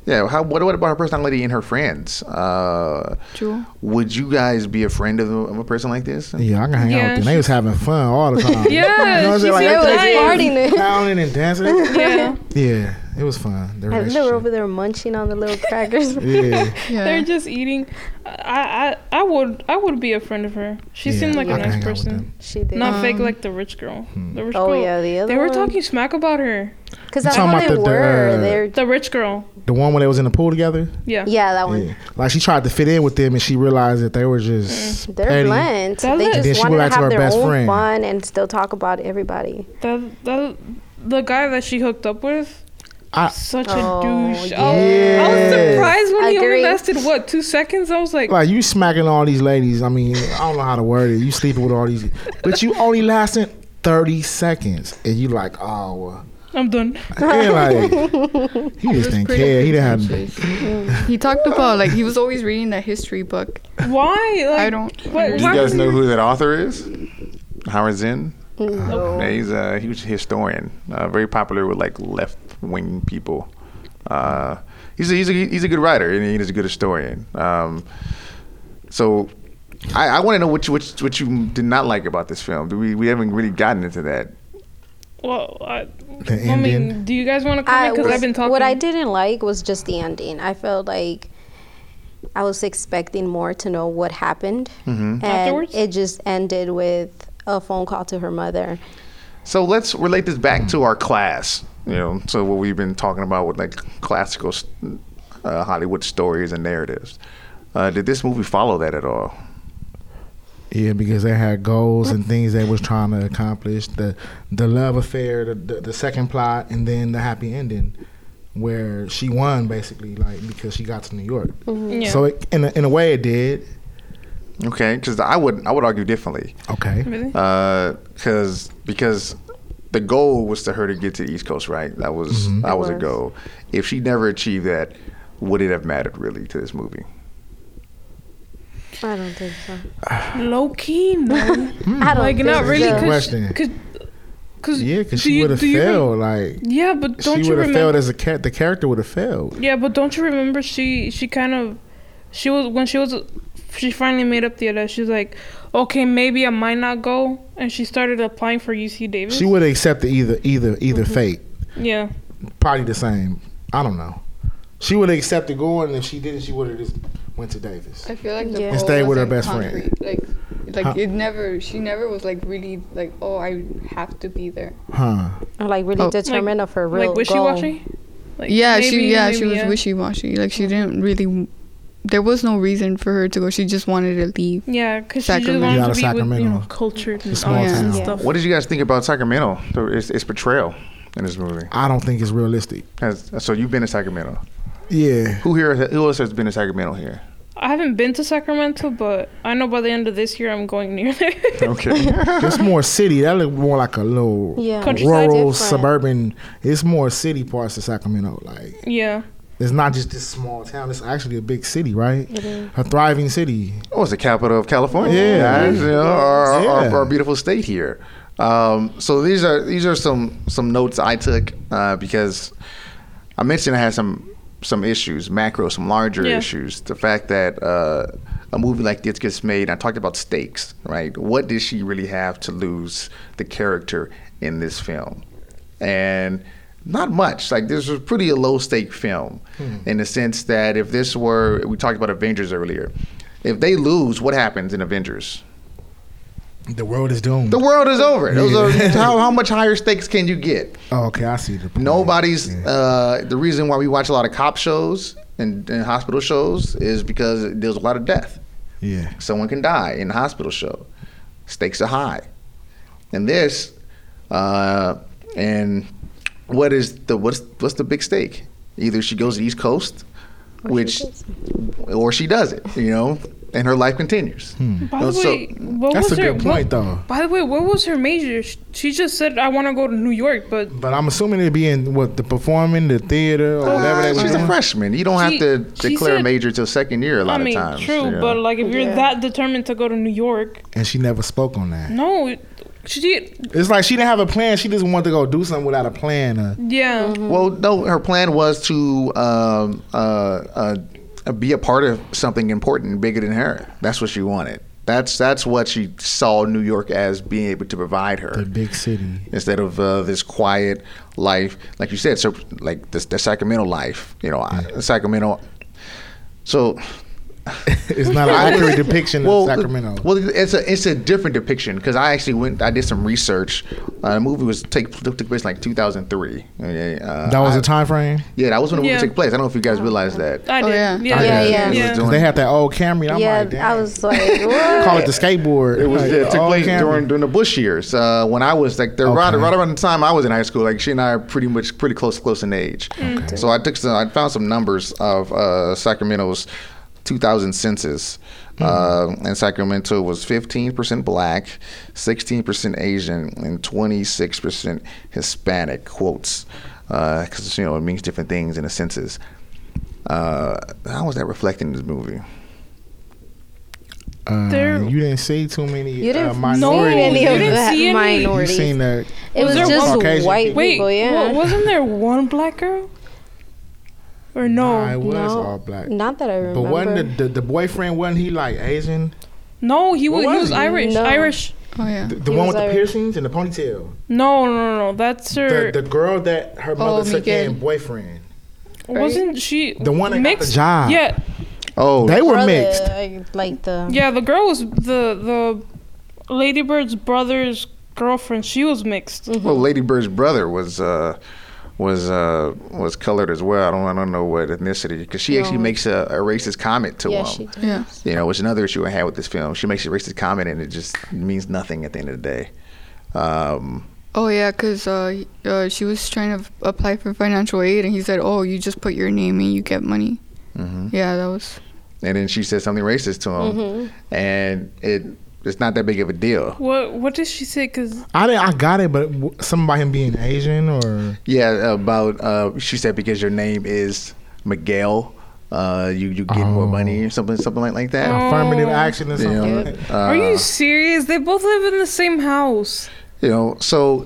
[SPEAKER 6] Yeah. how, what, what about her personality and her friends? Uh,
[SPEAKER 8] Jewel?
[SPEAKER 6] would you guys be a friend of, a- of a person like this?
[SPEAKER 10] Yeah, I can hang out
[SPEAKER 7] Yeah,
[SPEAKER 10] with them. They was having fun all the time.
[SPEAKER 7] Yeah,
[SPEAKER 10] you know what I'm
[SPEAKER 7] she
[SPEAKER 10] saying?
[SPEAKER 7] seemed
[SPEAKER 10] everything-
[SPEAKER 7] nice.
[SPEAKER 9] Partying it.
[SPEAKER 10] clowning and dancing.
[SPEAKER 7] Yeah,
[SPEAKER 10] Yeah, it was fun. The
[SPEAKER 9] And they were over
[SPEAKER 10] relationship.
[SPEAKER 9] there munching on the little crackers.
[SPEAKER 10] Yeah,
[SPEAKER 7] they're
[SPEAKER 8] Yeah.
[SPEAKER 7] just eating. I, I I would I would be a friend of her. She
[SPEAKER 10] yeah,
[SPEAKER 7] seemed like
[SPEAKER 10] I
[SPEAKER 7] a
[SPEAKER 10] can
[SPEAKER 7] nice
[SPEAKER 10] hang out with
[SPEAKER 7] person,
[SPEAKER 10] them.
[SPEAKER 9] She did.
[SPEAKER 7] not fake like the rich girl. The rich
[SPEAKER 9] Um, Oh
[SPEAKER 7] girl.
[SPEAKER 9] yeah, the other
[SPEAKER 7] They were
[SPEAKER 9] one.
[SPEAKER 7] talking smack about her.
[SPEAKER 9] Cause that's
[SPEAKER 10] talking
[SPEAKER 9] how
[SPEAKER 10] about
[SPEAKER 9] they
[SPEAKER 10] the- the,
[SPEAKER 9] were.
[SPEAKER 10] uh,
[SPEAKER 9] They're
[SPEAKER 7] The rich girl.
[SPEAKER 10] The one where they was in the pool together.
[SPEAKER 7] Yeah.
[SPEAKER 9] yeah, that one.
[SPEAKER 10] Yeah. Like she tried to fit in with them, and she realized that they were just
[SPEAKER 7] Mm,
[SPEAKER 9] They're
[SPEAKER 10] petty.
[SPEAKER 9] blunt.
[SPEAKER 7] Does it?
[SPEAKER 9] They
[SPEAKER 7] And
[SPEAKER 10] then
[SPEAKER 9] just
[SPEAKER 10] she
[SPEAKER 9] wanted
[SPEAKER 10] went back
[SPEAKER 9] to
[SPEAKER 10] to her
[SPEAKER 9] have their
[SPEAKER 10] best
[SPEAKER 9] own
[SPEAKER 10] friend.
[SPEAKER 9] fun and still talk about everybody.
[SPEAKER 7] The the the guy that she hooked up with.
[SPEAKER 10] I-
[SPEAKER 7] Such
[SPEAKER 9] Oh,
[SPEAKER 7] a douche.
[SPEAKER 9] yeah.
[SPEAKER 7] Oh, I was surprised when he only
[SPEAKER 9] Agree.
[SPEAKER 7] lasted what two seconds. I was like,
[SPEAKER 10] Like you smacking all these ladies. I mean, I don't know how to word it. You sleeping with all these, but you only lasting thirty seconds, and you like, oh, well.
[SPEAKER 7] I'm done.
[SPEAKER 10] yeah, like he just didn't care. He didn't have.
[SPEAKER 8] He talked about, like, he was always reading that history book.
[SPEAKER 7] Why? Like,
[SPEAKER 8] I don't.
[SPEAKER 7] What,
[SPEAKER 6] Do you guys know who that author is? Howard Zinn. Yeah, he's a huge historian, uh, very popular with like left wing people. Uh, he's a, he's a he's a good writer and he's a good historian. Um, so I, I want to know what you what, you- what you did not like about this film. Do we we haven't really gotten into that?
[SPEAKER 7] Well, I,
[SPEAKER 10] The
[SPEAKER 7] I mean,
[SPEAKER 10] Indian.
[SPEAKER 7] do you guys want to comment? Because
[SPEAKER 9] was-
[SPEAKER 7] I've been talking.
[SPEAKER 9] What I didn't like was just the ending. I felt like I was expecting more to know what happened,
[SPEAKER 8] Mm-hmm.
[SPEAKER 9] and
[SPEAKER 7] Afterwards?
[SPEAKER 9] it just ended with a phone call to her mother.
[SPEAKER 6] So let's relate this back to our class. You know, so what we've been talking about with like classical uh, Hollywood stories and narratives. Uh, did this movie follow that at all?
[SPEAKER 10] Yeah, because they had goals and things they was trying to accomplish. The the love affair, the, the the second plot, and then the happy ending, where she won basically, like because she got to New York.
[SPEAKER 7] Yeah.
[SPEAKER 10] So it, in a, in a way, it did.
[SPEAKER 6] Okay, because I would I would argue differently.
[SPEAKER 10] Okay.
[SPEAKER 7] really?
[SPEAKER 6] because because the goal was to her to get to the East Coast, right? That was that was a
[SPEAKER 9] was.
[SPEAKER 6] goal. If she never achieved that, would it have mattered really to this movie?
[SPEAKER 9] I don't think so.
[SPEAKER 7] Low key, no.
[SPEAKER 9] I don't
[SPEAKER 7] like
[SPEAKER 9] think
[SPEAKER 7] not really.
[SPEAKER 10] Hmm. Good
[SPEAKER 9] so.
[SPEAKER 7] Cause,
[SPEAKER 10] question.
[SPEAKER 7] Cause, 'cause
[SPEAKER 10] Yeah, because
[SPEAKER 7] do
[SPEAKER 10] she
[SPEAKER 7] you-
[SPEAKER 10] would have
[SPEAKER 7] do you re-
[SPEAKER 10] failed. Like
[SPEAKER 7] yeah, but don't
[SPEAKER 10] she
[SPEAKER 7] you
[SPEAKER 10] would have failed
[SPEAKER 7] remember?
[SPEAKER 10] as a cat. The character would have failed.
[SPEAKER 7] Yeah, but don't you remember? She she kind of she was when she was she finally made up the other. She's like, okay, maybe I might not go, and she started applying for UC Davis.
[SPEAKER 10] She would have accepted either either either
[SPEAKER 7] Mm-hmm.
[SPEAKER 10] fate.
[SPEAKER 7] yeah,
[SPEAKER 10] Probably the same. I don't know. She would have accepted going, and if she didn't, she would have just went to Davis.
[SPEAKER 8] I feel like the
[SPEAKER 9] Yeah.
[SPEAKER 8] goal
[SPEAKER 9] And
[SPEAKER 10] stay with her
[SPEAKER 8] wasn't
[SPEAKER 10] best friend.
[SPEAKER 8] concrete. Like, like
[SPEAKER 10] Huh?
[SPEAKER 8] it never. She never was like really like. Oh, I have to be there.
[SPEAKER 10] Huh.
[SPEAKER 9] Or like really
[SPEAKER 8] Oh.
[SPEAKER 9] determined of her real
[SPEAKER 7] like wishy washy. Like,
[SPEAKER 8] Yeah, she
[SPEAKER 7] maybe-
[SPEAKER 8] yeah she
[SPEAKER 7] maybe,
[SPEAKER 8] was wishy washy. Like she didn't really. There was no reason for her to go. She just wanted to leave.
[SPEAKER 7] Yeah, because she just
[SPEAKER 8] Sacramento.
[SPEAKER 7] wanted
[SPEAKER 10] Out
[SPEAKER 7] to
[SPEAKER 10] of
[SPEAKER 7] be with you know
[SPEAKER 10] Sacramento.
[SPEAKER 7] cultured and
[SPEAKER 10] small
[SPEAKER 7] all that
[SPEAKER 10] town.
[SPEAKER 7] stuff.
[SPEAKER 6] What did you guys think about Sacramento? the- Its, its portrayal in this movie.
[SPEAKER 10] I don't think it's realistic.
[SPEAKER 6] Has- so you've been to Sacramento.
[SPEAKER 10] Yeah.
[SPEAKER 6] Who here? Who else has been to Sacramento here?
[SPEAKER 7] I haven't been to Sacramento, but I know by the end of this year I'm going near there.
[SPEAKER 6] Okay.
[SPEAKER 10] It's more city. That look more like a little
[SPEAKER 9] Yeah.
[SPEAKER 7] Countryside
[SPEAKER 10] rural
[SPEAKER 9] different.
[SPEAKER 10] suburban. It's more city parts of Sacramento. Like
[SPEAKER 7] yeah,
[SPEAKER 10] it's not just this small town. It's actually a big city, right?
[SPEAKER 9] It is.
[SPEAKER 10] A thriving city.
[SPEAKER 6] Oh, it's the capital of California.
[SPEAKER 10] Yeah.
[SPEAKER 6] guys, you know, our, our- our-
[SPEAKER 10] Yeah.
[SPEAKER 6] our beautiful state here. Um, so these are these are some some notes I took uh, because I mentioned I had some some issues, macro, some larger
[SPEAKER 7] Yeah.
[SPEAKER 6] issues. The fact that uh, a movie like this gets made. I talked about stakes, right? What did she really have to lose? The character in this film, and not much. Like this was pretty a low stake film,
[SPEAKER 10] Hmm.
[SPEAKER 6] in the sense that if this were, we talked about Avengers earlier. If they lose, what happens in Avengers?
[SPEAKER 10] The world is doomed.
[SPEAKER 6] The world is over. Those
[SPEAKER 10] Yeah.
[SPEAKER 6] are- how, how much higher stakes can you get?
[SPEAKER 10] oh, okay, I see the point.
[SPEAKER 6] Nobody's.
[SPEAKER 10] Yeah.
[SPEAKER 6] Uh, the reason why we watch a lot of cop shows and, and hospital shows is because there's a lot of death.
[SPEAKER 10] yeah.
[SPEAKER 6] Someone can die in a hospital show. Stakes are high. And this, uh, and what is the what's what's the big stake? Either she goes to the East Coast, which, or she does it. You know, and her life continues.
[SPEAKER 10] Hmm.
[SPEAKER 7] By
[SPEAKER 6] No,
[SPEAKER 7] the
[SPEAKER 6] so-
[SPEAKER 7] way, what
[SPEAKER 10] That's
[SPEAKER 7] was
[SPEAKER 10] a
[SPEAKER 7] her,
[SPEAKER 10] good
[SPEAKER 7] what-
[SPEAKER 10] point, though.
[SPEAKER 7] By the way, what was her major? Sh- She just said I want to go to New York, but
[SPEAKER 10] But I'm assuming it'd be in what the performing, the theater, or whatever
[SPEAKER 6] Uh,
[SPEAKER 10] they
[SPEAKER 6] she's
[SPEAKER 10] were
[SPEAKER 6] a
[SPEAKER 10] doing.
[SPEAKER 6] freshman. You don't
[SPEAKER 7] She-
[SPEAKER 6] have to
[SPEAKER 7] she
[SPEAKER 6] declare
[SPEAKER 7] said-
[SPEAKER 6] major till second year a lot
[SPEAKER 7] I mean,
[SPEAKER 6] of times.
[SPEAKER 7] true.
[SPEAKER 6] you know.
[SPEAKER 7] But like, if you're that determined to go to New York,
[SPEAKER 10] and she never spoke on that.
[SPEAKER 7] no, she did.
[SPEAKER 10] It's like she didn't have a plan. She just wanted to go do something without a plan. Uh,
[SPEAKER 7] Yeah,
[SPEAKER 9] Mm-hmm.
[SPEAKER 6] well, no, her plan was to um, uh, uh, be a part of something important, bigger than her. That's what she wanted. That's that's what she saw New York as being able to provide her.
[SPEAKER 10] the big city.
[SPEAKER 6] instead of uh, this quiet life, like you said, so like this the Sacramento life, you know, I, Sacramento. So,
[SPEAKER 10] It's not an accurate depiction
[SPEAKER 6] well,
[SPEAKER 10] of Sacramento.
[SPEAKER 6] well, it's a it's a different depiction because I actually went, I did some research. Uh, the movie was take took place in, like 2003. Uh,
[SPEAKER 10] that was
[SPEAKER 6] I,
[SPEAKER 10] the time frame.
[SPEAKER 6] yeah, that was when the
[SPEAKER 7] Yeah.
[SPEAKER 6] movie took place. I don't know if you guys realize that.
[SPEAKER 7] I
[SPEAKER 8] Oh,
[SPEAKER 7] did.
[SPEAKER 8] yeah.
[SPEAKER 7] yeah,
[SPEAKER 9] Yeah,
[SPEAKER 7] yeah.
[SPEAKER 9] yeah.
[SPEAKER 6] It was doing-
[SPEAKER 10] They had that old Camry. I'm
[SPEAKER 9] Yeah,
[SPEAKER 10] like, damn.
[SPEAKER 9] I was like,
[SPEAKER 10] call
[SPEAKER 9] what?
[SPEAKER 10] it the skateboard.
[SPEAKER 6] It was
[SPEAKER 10] Like,
[SPEAKER 6] it took
[SPEAKER 10] old
[SPEAKER 6] place
[SPEAKER 10] Camry.
[SPEAKER 6] during during the Bush years. Uh, when I was like the, right,
[SPEAKER 10] Okay.
[SPEAKER 6] right around the time I was in high school, like she and I are pretty much pretty close close in age. So I took some I found some numbers of uh, Sacramento's 2000 census. Uh, and Sacramento was 15% black, 16% Asian, and 26% Hispanic quotes. Because, you know, it means different things in the census. Uh, how was that reflected in this movie?
[SPEAKER 10] Uh,
[SPEAKER 7] There-
[SPEAKER 10] you didn't see too many.
[SPEAKER 9] You
[SPEAKER 10] uh,
[SPEAKER 9] didn't see
[SPEAKER 10] minorities.
[SPEAKER 9] any
[SPEAKER 7] You
[SPEAKER 9] of
[SPEAKER 7] didn't
[SPEAKER 9] that
[SPEAKER 7] see any.
[SPEAKER 10] You
[SPEAKER 9] minorities.
[SPEAKER 10] seen that?
[SPEAKER 9] It was,
[SPEAKER 7] there
[SPEAKER 9] just
[SPEAKER 7] one-
[SPEAKER 10] Caucasian
[SPEAKER 9] white
[SPEAKER 10] people?
[SPEAKER 7] Wait,
[SPEAKER 9] people,
[SPEAKER 7] wa-
[SPEAKER 9] yeah.
[SPEAKER 7] wasn't there one black girl? Or no,
[SPEAKER 10] Nah, it was
[SPEAKER 9] No.
[SPEAKER 10] all black.
[SPEAKER 9] Not that I
[SPEAKER 10] But
[SPEAKER 9] remember.
[SPEAKER 10] wasn't the, the, the boyfriend wasn't he like Asian?
[SPEAKER 7] no, he was,
[SPEAKER 10] What
[SPEAKER 7] he
[SPEAKER 10] was
[SPEAKER 7] was
[SPEAKER 10] it?
[SPEAKER 7] Irish.
[SPEAKER 9] No.
[SPEAKER 7] Irish.
[SPEAKER 8] Oh yeah.
[SPEAKER 10] The, the
[SPEAKER 9] He
[SPEAKER 10] one
[SPEAKER 9] was
[SPEAKER 10] with the
[SPEAKER 9] Irish.
[SPEAKER 10] piercings and the ponytail.
[SPEAKER 7] No, no, no, no. That's her.
[SPEAKER 10] The, the girl that
[SPEAKER 7] oh,
[SPEAKER 10] her mother took
[SPEAKER 8] Miguel.
[SPEAKER 10] in boyfriend.
[SPEAKER 7] wasn't she
[SPEAKER 10] The one that got the
[SPEAKER 7] mixed?
[SPEAKER 10] job.
[SPEAKER 7] Yeah,
[SPEAKER 6] Oh,
[SPEAKER 10] They were
[SPEAKER 9] Brother,
[SPEAKER 10] mixed.
[SPEAKER 9] like- Like the.
[SPEAKER 7] yeah. The girl was the the Ladybird's brother's girlfriend. She was mixed.
[SPEAKER 6] Well, Lady Bird's brother was uh, was uh, was colored as well. I don't I don't know what ethnicity because she actually makes a, a racist comment to
[SPEAKER 9] Yeah,
[SPEAKER 6] him.
[SPEAKER 9] she did.
[SPEAKER 8] Yeah.
[SPEAKER 6] you know, which is another issue I had with this film. She makes a racist comment and it just means nothing at the end of the day. Um,
[SPEAKER 8] Oh yeah, cause uh, uh, she was trying to apply for financial aid, and he said, "Oh, you just put your name in, you get money." Yeah, that was.
[SPEAKER 6] and then she said something racist to him,
[SPEAKER 9] Mm-hmm.
[SPEAKER 6] and it it's not that big of a deal.
[SPEAKER 7] What What did she say? Cause
[SPEAKER 10] I didn't, I got it, but w- something about him being Asian or
[SPEAKER 6] Yeah, about uh, she said because your name is Miguel, uh, you you get more
[SPEAKER 10] Oh.
[SPEAKER 6] money or something something like, like that.
[SPEAKER 7] Oh.
[SPEAKER 10] affirmative action or something.
[SPEAKER 6] Yeah.
[SPEAKER 10] like that.
[SPEAKER 7] are you serious? They both live in the same house.
[SPEAKER 6] You know, so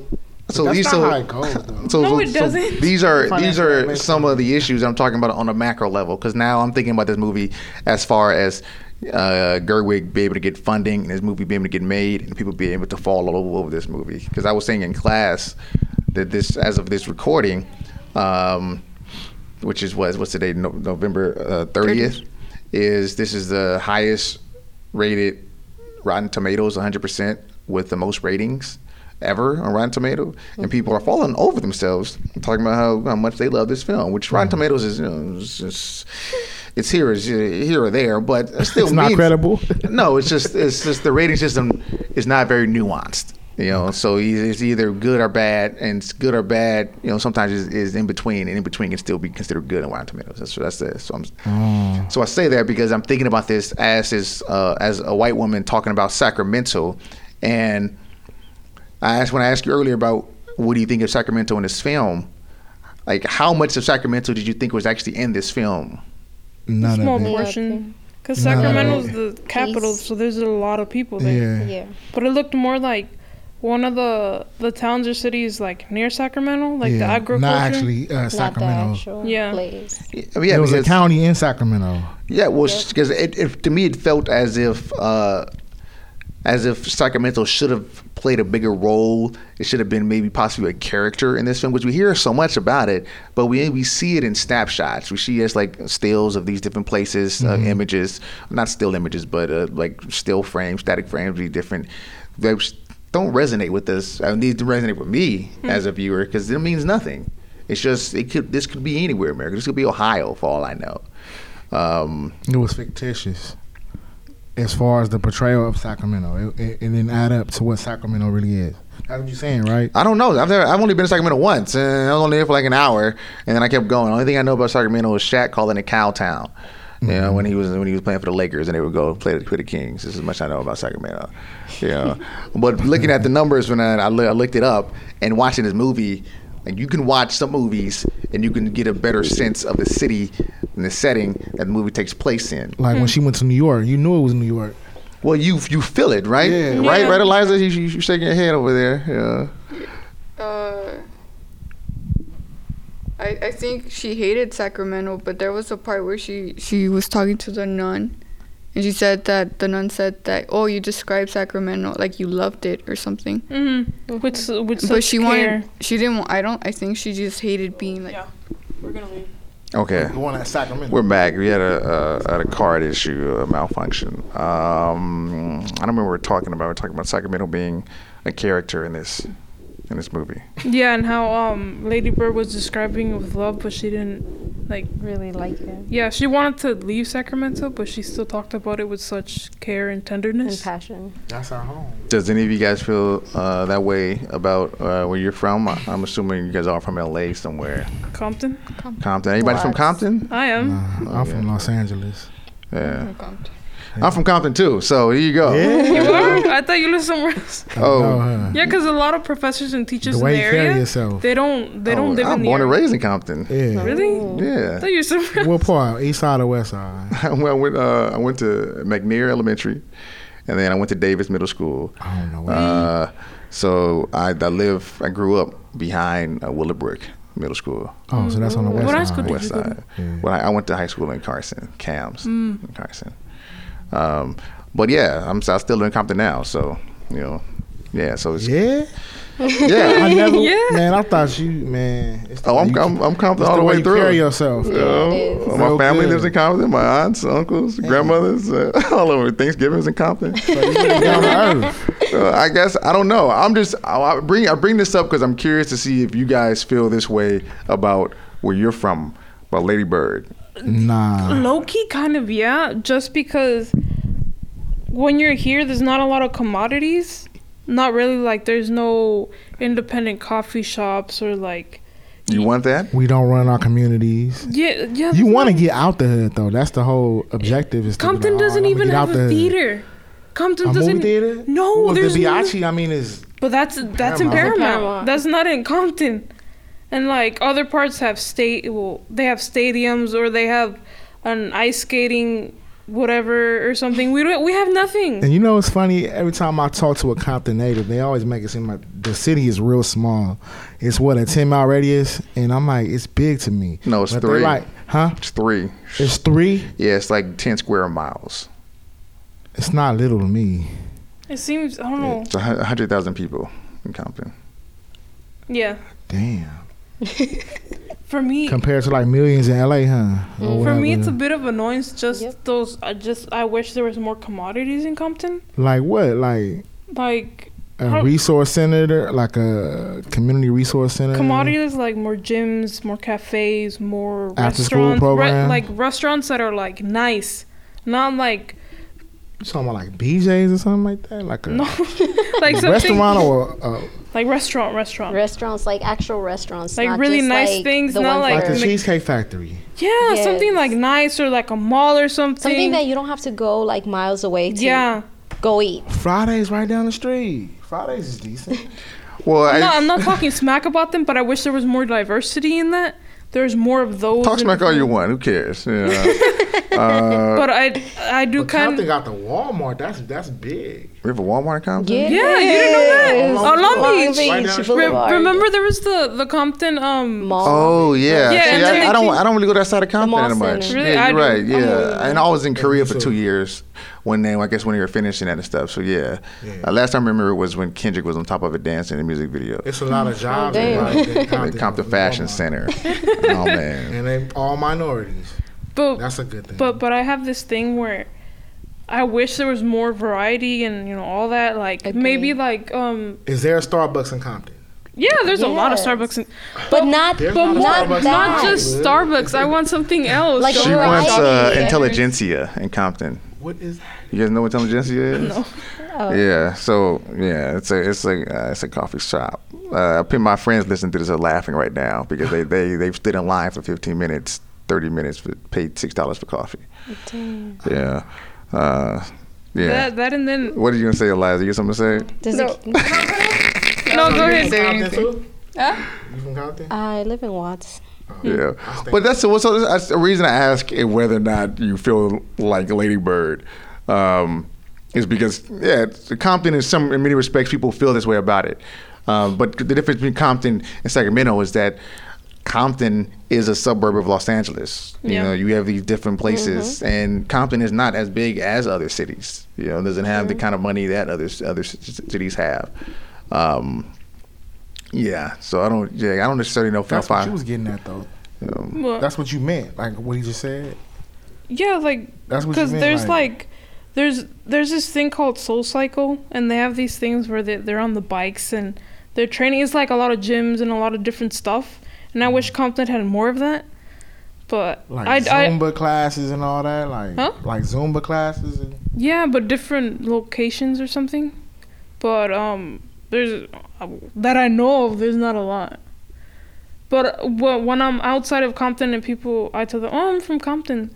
[SPEAKER 6] so
[SPEAKER 10] That's
[SPEAKER 6] these
[SPEAKER 10] not
[SPEAKER 6] so,
[SPEAKER 10] how it goes, though.
[SPEAKER 6] So,
[SPEAKER 7] No,
[SPEAKER 6] so-
[SPEAKER 7] it
[SPEAKER 6] so
[SPEAKER 7] doesn't.
[SPEAKER 6] these are these
[SPEAKER 10] Financial
[SPEAKER 6] are
[SPEAKER 10] information.
[SPEAKER 6] some of the issues I'm talking about on a macro level because now I'm thinking about this movie as far as uh, Gerwig be able to get funding and this movie being able to get made and people being able to fall all over, over this movie because I was saying in class that this as of this recording, um, which is what what's today no, November uh, 30th, is this is the highest rated Rotten Tomatoes 100% with the most ratings ever on Rotten Tomato,
[SPEAKER 10] Mm-hmm.
[SPEAKER 6] and people are falling over themselves talking about how, how much they love this film. Which
[SPEAKER 10] Mm-hmm.
[SPEAKER 6] Rotten Tomatoes is, you know, it's, just, it's here, it's here or there, but it still
[SPEAKER 10] It's not
[SPEAKER 6] means-
[SPEAKER 10] credible.
[SPEAKER 6] no, it's just it's just the rating system is not very nuanced. You know, so e- it's either good or bad, and it's good or bad. You know, sometimes is, is in between, and in between can still be considered good in Rotten Tomatoes. That's that's the so I'm
[SPEAKER 10] Mm.
[SPEAKER 6] so I say that because I'm thinking about this as is uh, as a white woman talking about Sacramento, and I asked when I asked you earlier about what do you think of Sacramento in this film, like how much of Sacramento did you think was actually in this film?
[SPEAKER 10] None
[SPEAKER 7] Small
[SPEAKER 10] of it.
[SPEAKER 7] portion. Cause
[SPEAKER 10] None of
[SPEAKER 7] Sacramento's the capital, so there's a lot of people there.
[SPEAKER 10] Yeah.
[SPEAKER 9] Yeah.
[SPEAKER 7] But it looked more like one of the the towns or cities like near Sacramento, like the
[SPEAKER 10] yeah.
[SPEAKER 7] agriculture.
[SPEAKER 10] Not actually uh,
[SPEAKER 9] Not the
[SPEAKER 10] Sacramento.
[SPEAKER 9] actual
[SPEAKER 7] Yeah.
[SPEAKER 9] place.
[SPEAKER 6] Yeah,
[SPEAKER 10] It was a
[SPEAKER 6] because-
[SPEAKER 10] county in Sacramento.
[SPEAKER 6] Yeah, well, because it, it, to me it felt as if uh, as if Sacramento should have played a bigger role. It should have been maybe possibly a character in this film, which we hear so much about it, but we we see it in snapshots. We see as like stills of these different places, uh, images, not still images, but uh, like still frames, static frames, these different. They just don't resonate with us. I need to resonate with me as a viewer because it means nothing. It's just it could this could be anywhere in America. This could be Ohio for all I know. Um,
[SPEAKER 10] It was fictitious. As far as the portrayal of Sacramento, it, it, it didn't add up to what Sacramento really is. That's what you're saying, right?
[SPEAKER 6] I don't know. I've never, I've only been to Sacramento once, and I was only there for like an hour, and then I kept going. The only thing I know about Sacramento is Shaq calling it Cowtown. You know, when he was when he was playing for the Lakers, and they would go play for the Kings. This is as much I know about Sacramento. You know, but looking at the numbers when I, I, loo- I looked it up and watching this movie, and you can watch some movies and you can get a better sense of the city and the setting that the movie takes place in.
[SPEAKER 10] Like
[SPEAKER 7] Hmm.
[SPEAKER 10] when she went to New York, you knew it was New York.
[SPEAKER 6] Well, you you feel it, right?
[SPEAKER 10] Yeah.
[SPEAKER 6] Right, right, Eliza. You, you, you shaking your head over there. Yeah.
[SPEAKER 8] Uh, I I think she hated Sacramento, but there was a part where she she was talking to the nun, and she said that the nun said that oh you described Sacramento like you loved it or something.
[SPEAKER 7] Mm-hmm. With with
[SPEAKER 8] but
[SPEAKER 7] such
[SPEAKER 8] she
[SPEAKER 7] care.
[SPEAKER 8] wanted she didn't wa- I don't I think she just hated being like
[SPEAKER 7] Yeah. We're gonna leave.
[SPEAKER 6] Okay.
[SPEAKER 10] Going at Sacramento.
[SPEAKER 6] We're back. We had a, a, had a card issue, a malfunction. Um, I don't remember what we we're talking about. We We're talking about Sacramento being a character in this in this movie.
[SPEAKER 7] Yeah, and how um Lady Bird was describing it with love, but she didn't like.
[SPEAKER 9] Really like it.
[SPEAKER 7] Yeah, she wanted to leave Sacramento, but she still talked about it with such care and
[SPEAKER 9] And
[SPEAKER 7] tenderness.
[SPEAKER 9] passion.
[SPEAKER 10] That's our home.
[SPEAKER 6] Does any of you guys feel uh, that way about uh, where you're from? I- I'm assuming you guys are from LA somewhere.
[SPEAKER 7] Compton,
[SPEAKER 6] Compton. Anybody from
[SPEAKER 9] Lots.
[SPEAKER 6] Compton?
[SPEAKER 7] I am.
[SPEAKER 6] Oh,
[SPEAKER 10] I'm from Los Angeles.
[SPEAKER 6] Yeah.
[SPEAKER 8] Compton.
[SPEAKER 6] I'm from Compton too. So here you go.
[SPEAKER 7] You are? I thought you lived somewhere else.
[SPEAKER 6] Oh.
[SPEAKER 10] No, huh?
[SPEAKER 7] Yeah, because a lot of professors and teachers in
[SPEAKER 10] the
[SPEAKER 7] the
[SPEAKER 10] way you carry
[SPEAKER 7] area,
[SPEAKER 10] yourself. Oh,
[SPEAKER 7] they don't they don't live
[SPEAKER 6] I'm
[SPEAKER 7] in the
[SPEAKER 6] born and
[SPEAKER 7] area.
[SPEAKER 6] raised in Compton.
[SPEAKER 10] Yeah.
[SPEAKER 7] Really? I
[SPEAKER 6] Yeah.
[SPEAKER 7] thought you were somewhere
[SPEAKER 10] What part? East side or west side?
[SPEAKER 6] well, I went. Uh, I went to McNair Elementary, and then I went to Davis Middle School.
[SPEAKER 10] I don't know.
[SPEAKER 7] Mm.
[SPEAKER 6] Uh, so I, I live, I grew up behind uh, Willowbrook Middle School,
[SPEAKER 10] oh, so that's on the west
[SPEAKER 7] What high
[SPEAKER 10] side.
[SPEAKER 7] school did
[SPEAKER 6] West
[SPEAKER 7] you go to? Mm.
[SPEAKER 6] Side.
[SPEAKER 10] Yeah.
[SPEAKER 6] Well, I, I went to high school in Carson, CAMS in Carson. Um, but yeah, I'm, s- I still live in Compton now, so you know, yeah. So it's,
[SPEAKER 10] Yeah,
[SPEAKER 6] yeah.
[SPEAKER 10] I never.
[SPEAKER 7] Yeah.
[SPEAKER 10] Man, I thought you, man. It's the
[SPEAKER 6] Oh,
[SPEAKER 10] way
[SPEAKER 6] I'm,
[SPEAKER 10] you-
[SPEAKER 6] I'm, I'm Compton
[SPEAKER 10] it's
[SPEAKER 6] all the way
[SPEAKER 10] you
[SPEAKER 6] through.
[SPEAKER 10] Carry yourself.
[SPEAKER 6] You know,
[SPEAKER 9] It is.
[SPEAKER 6] my
[SPEAKER 10] Real
[SPEAKER 6] family
[SPEAKER 10] good.
[SPEAKER 6] lives in Compton. My aunts, uncles, grandmothers, uh, all over. Thanksgiving's in Compton.
[SPEAKER 10] Down to earth.
[SPEAKER 6] Uh, I guess I don't know. I'm just I I bring I bring this up because I'm curious to see if you guys feel this way about where you're from, about Lady Bird.
[SPEAKER 10] Nah.
[SPEAKER 7] Low key, kind of, yeah. Just because when you're here, there's not a lot of commodities. Not really, like, there's no independent coffee shops or, like,
[SPEAKER 6] You want that?
[SPEAKER 10] We don't run our communities.
[SPEAKER 7] yeah, yeah.
[SPEAKER 10] You
[SPEAKER 7] there's
[SPEAKER 10] want to
[SPEAKER 7] no-
[SPEAKER 10] get out the hood though. That's the whole objective. Is to be
[SPEAKER 7] Compton
[SPEAKER 10] like, "Oh,
[SPEAKER 7] doesn't
[SPEAKER 10] I'ma
[SPEAKER 7] even
[SPEAKER 10] get out
[SPEAKER 7] have a
[SPEAKER 10] the hood."
[SPEAKER 7] theater. Compton
[SPEAKER 10] A
[SPEAKER 7] doesn't.
[SPEAKER 10] movie theater?
[SPEAKER 7] No,
[SPEAKER 10] Well, the
[SPEAKER 7] there's no-
[SPEAKER 10] Biachi. I mean, is
[SPEAKER 7] But that's that's in
[SPEAKER 10] Paramount.
[SPEAKER 7] Paramount.
[SPEAKER 9] Paramount.
[SPEAKER 7] That's not in Compton. And like other parts have state well, they have stadiums or they have an ice skating whatever or something. We don't we have nothing.
[SPEAKER 10] And you know, it's funny. Every time I talk to a Compton native, they always make it seem like the city is real small. It's what a ten mile radius, and I'm like, it's big to me.
[SPEAKER 6] No, it's
[SPEAKER 10] But they're
[SPEAKER 6] three.
[SPEAKER 10] Like, huh?
[SPEAKER 6] It's three.
[SPEAKER 10] It's three.
[SPEAKER 6] Yeah, it's like ten square miles.
[SPEAKER 10] It's not little to me.
[SPEAKER 7] It seems I don't know.
[SPEAKER 6] It's a hun- a hundred thousand people in Compton.
[SPEAKER 7] Yeah.
[SPEAKER 10] Damn.
[SPEAKER 7] For me
[SPEAKER 10] Compared to like millions in LA, huh? Or
[SPEAKER 7] Mm, for me it's a
[SPEAKER 10] whatever.
[SPEAKER 7] bit of annoyance just
[SPEAKER 9] Yep.
[SPEAKER 7] those I just I wish there was more commodities in Compton.
[SPEAKER 10] like what? Like
[SPEAKER 7] Like
[SPEAKER 10] a
[SPEAKER 7] How-
[SPEAKER 10] resource center, like a community resource center.
[SPEAKER 7] commodities like more gyms, more cafes, more
[SPEAKER 10] After school
[SPEAKER 7] restaurants, re-
[SPEAKER 10] program?
[SPEAKER 7] like restaurants that are like nice. Not like
[SPEAKER 10] You talking about like BJ's or something like that? Like a
[SPEAKER 7] no like something
[SPEAKER 10] restaurant or a,
[SPEAKER 7] like restaurant restaurant
[SPEAKER 9] Restaurants, like actual restaurants.
[SPEAKER 7] Like
[SPEAKER 9] not
[SPEAKER 7] really
[SPEAKER 9] just,
[SPEAKER 7] nice
[SPEAKER 9] like,
[SPEAKER 7] things,
[SPEAKER 9] the
[SPEAKER 7] not
[SPEAKER 9] ones
[SPEAKER 10] like
[SPEAKER 7] like
[SPEAKER 9] that
[SPEAKER 10] the
[SPEAKER 9] are-
[SPEAKER 7] Mc-
[SPEAKER 10] Cheesecake Factory.
[SPEAKER 7] yeah something like nice or like a mall or something
[SPEAKER 9] Something that you don't have to go like miles away to
[SPEAKER 7] yeah
[SPEAKER 9] go eat.
[SPEAKER 10] Fridays right down the street. Fridays is decent.
[SPEAKER 6] Well, I,
[SPEAKER 7] no i'm not talking smack about them but i wish there was more diversity in that there's more of those
[SPEAKER 6] talk
[SPEAKER 7] in-
[SPEAKER 6] smack all you want. Who cares? Yeah.
[SPEAKER 7] but i i do
[SPEAKER 10] But
[SPEAKER 7] kind
[SPEAKER 10] Compton
[SPEAKER 7] of
[SPEAKER 10] got the Walmart. That's that's big.
[SPEAKER 6] we have a Walmart in Compton.
[SPEAKER 7] yeah you didn't know that
[SPEAKER 9] Yes.
[SPEAKER 7] Oh, Long Beach.
[SPEAKER 10] Right down the
[SPEAKER 7] Re-
[SPEAKER 9] Boulevard.
[SPEAKER 7] remember there was the the compton um
[SPEAKER 9] Mall.
[SPEAKER 6] Oh yeah,
[SPEAKER 7] Yeah,
[SPEAKER 6] See,
[SPEAKER 7] and then
[SPEAKER 6] I, I
[SPEAKER 7] they
[SPEAKER 6] don't.
[SPEAKER 7] keep-
[SPEAKER 6] I don't really go to that side of Compton
[SPEAKER 9] mall
[SPEAKER 6] that much.
[SPEAKER 9] center.
[SPEAKER 7] Really?
[SPEAKER 6] yeah,
[SPEAKER 7] I
[SPEAKER 6] you're
[SPEAKER 7] do.
[SPEAKER 6] right.
[SPEAKER 7] I'm
[SPEAKER 6] Yeah, and I was in Korea for
[SPEAKER 10] too.
[SPEAKER 6] two years. When they, I guess, when they were finishing that and stuff. So yeah, Uh, last time I remember was when Kendrick was on top of it dancing in a music video.
[SPEAKER 10] It's a lot of jobs.
[SPEAKER 9] Oh,
[SPEAKER 10] in
[SPEAKER 9] damn.
[SPEAKER 10] Compton,
[SPEAKER 6] Compton, Compton Fashion
[SPEAKER 10] Walmart.
[SPEAKER 6] Center. oh man.
[SPEAKER 10] and they all minorities.
[SPEAKER 7] but
[SPEAKER 10] That's a good thing.
[SPEAKER 7] but but i have this thing where i wish there was more variety and you know all that like maybe
[SPEAKER 9] Agree.
[SPEAKER 7] like um
[SPEAKER 10] is there a Starbucks in Compton?
[SPEAKER 7] yeah there's a lot of
[SPEAKER 9] Yes.
[SPEAKER 7] starbucks in,
[SPEAKER 9] But not,
[SPEAKER 10] There's
[SPEAKER 7] but
[SPEAKER 10] not a
[SPEAKER 7] more,
[SPEAKER 10] Starbucks
[SPEAKER 9] not that.
[SPEAKER 7] not just starbucks i want something else
[SPEAKER 9] Like a
[SPEAKER 6] She
[SPEAKER 9] Right.
[SPEAKER 6] wants uh,
[SPEAKER 9] Yeah.
[SPEAKER 6] intelligentsia in Compton.
[SPEAKER 10] What is that?
[SPEAKER 6] You guys know what intelligentsia is? No. Yeah. So yeah, it's a it's like uh, it's a coffee shop. Uh, I think my friends listening to this are laughing right now because they they they've stood in line for 15 minutes, 30 minutes, for, paid six dollars for coffee. Yeah. Uh, yeah.
[SPEAKER 7] that that and then
[SPEAKER 6] what are you gonna say, Eliza? You got something to say?
[SPEAKER 9] Does
[SPEAKER 7] No.
[SPEAKER 9] it,
[SPEAKER 7] No, go ahead.
[SPEAKER 8] Say
[SPEAKER 10] Compton
[SPEAKER 8] anything.
[SPEAKER 10] too? You from Compton?
[SPEAKER 9] I live in Watts.
[SPEAKER 6] Yeah. But that's what's so that's the reason I ask it whether or not you feel like Lady Bird. Um, is because yeah, it's- Compton in some in many respects people feel this way about it. Um, but the difference between Compton and Sacramento is that Compton is a suburb of Los Angeles. You
[SPEAKER 7] Yeah.
[SPEAKER 6] know, you have these different places,
[SPEAKER 10] Mm-hmm.
[SPEAKER 6] and Compton is not as big as other cities. You know, it doesn't have
[SPEAKER 10] Mm-hmm.
[SPEAKER 6] the kind of money that other other c- c- cities have. Um, yeah, so I don't. Yeah, I don't necessarily know if
[SPEAKER 10] That's
[SPEAKER 6] I
[SPEAKER 10] what you was getting at though.
[SPEAKER 6] um,
[SPEAKER 7] Well,
[SPEAKER 10] That's what you meant. Like what he just said.
[SPEAKER 7] yeah, like
[SPEAKER 10] That's what you
[SPEAKER 7] because
[SPEAKER 10] meant,
[SPEAKER 7] there's
[SPEAKER 10] like-
[SPEAKER 7] like, there's there's this thing called Soul Cycle, and they have these things where they they're on the bikes and their training is like a lot of gyms and a lot of different stuff. And I wish Compton had more of that, but
[SPEAKER 10] Hmm. Like
[SPEAKER 7] I, I
[SPEAKER 10] Zumba classes and all that. Like
[SPEAKER 7] Huh?
[SPEAKER 10] like Zumba classes. And,
[SPEAKER 7] yeah, but different locations or something. But um, there's that I know of. There's not a lot. But uh, wh- when I'm outside of Compton and people, I tell them, "Oh, I'm from Compton,"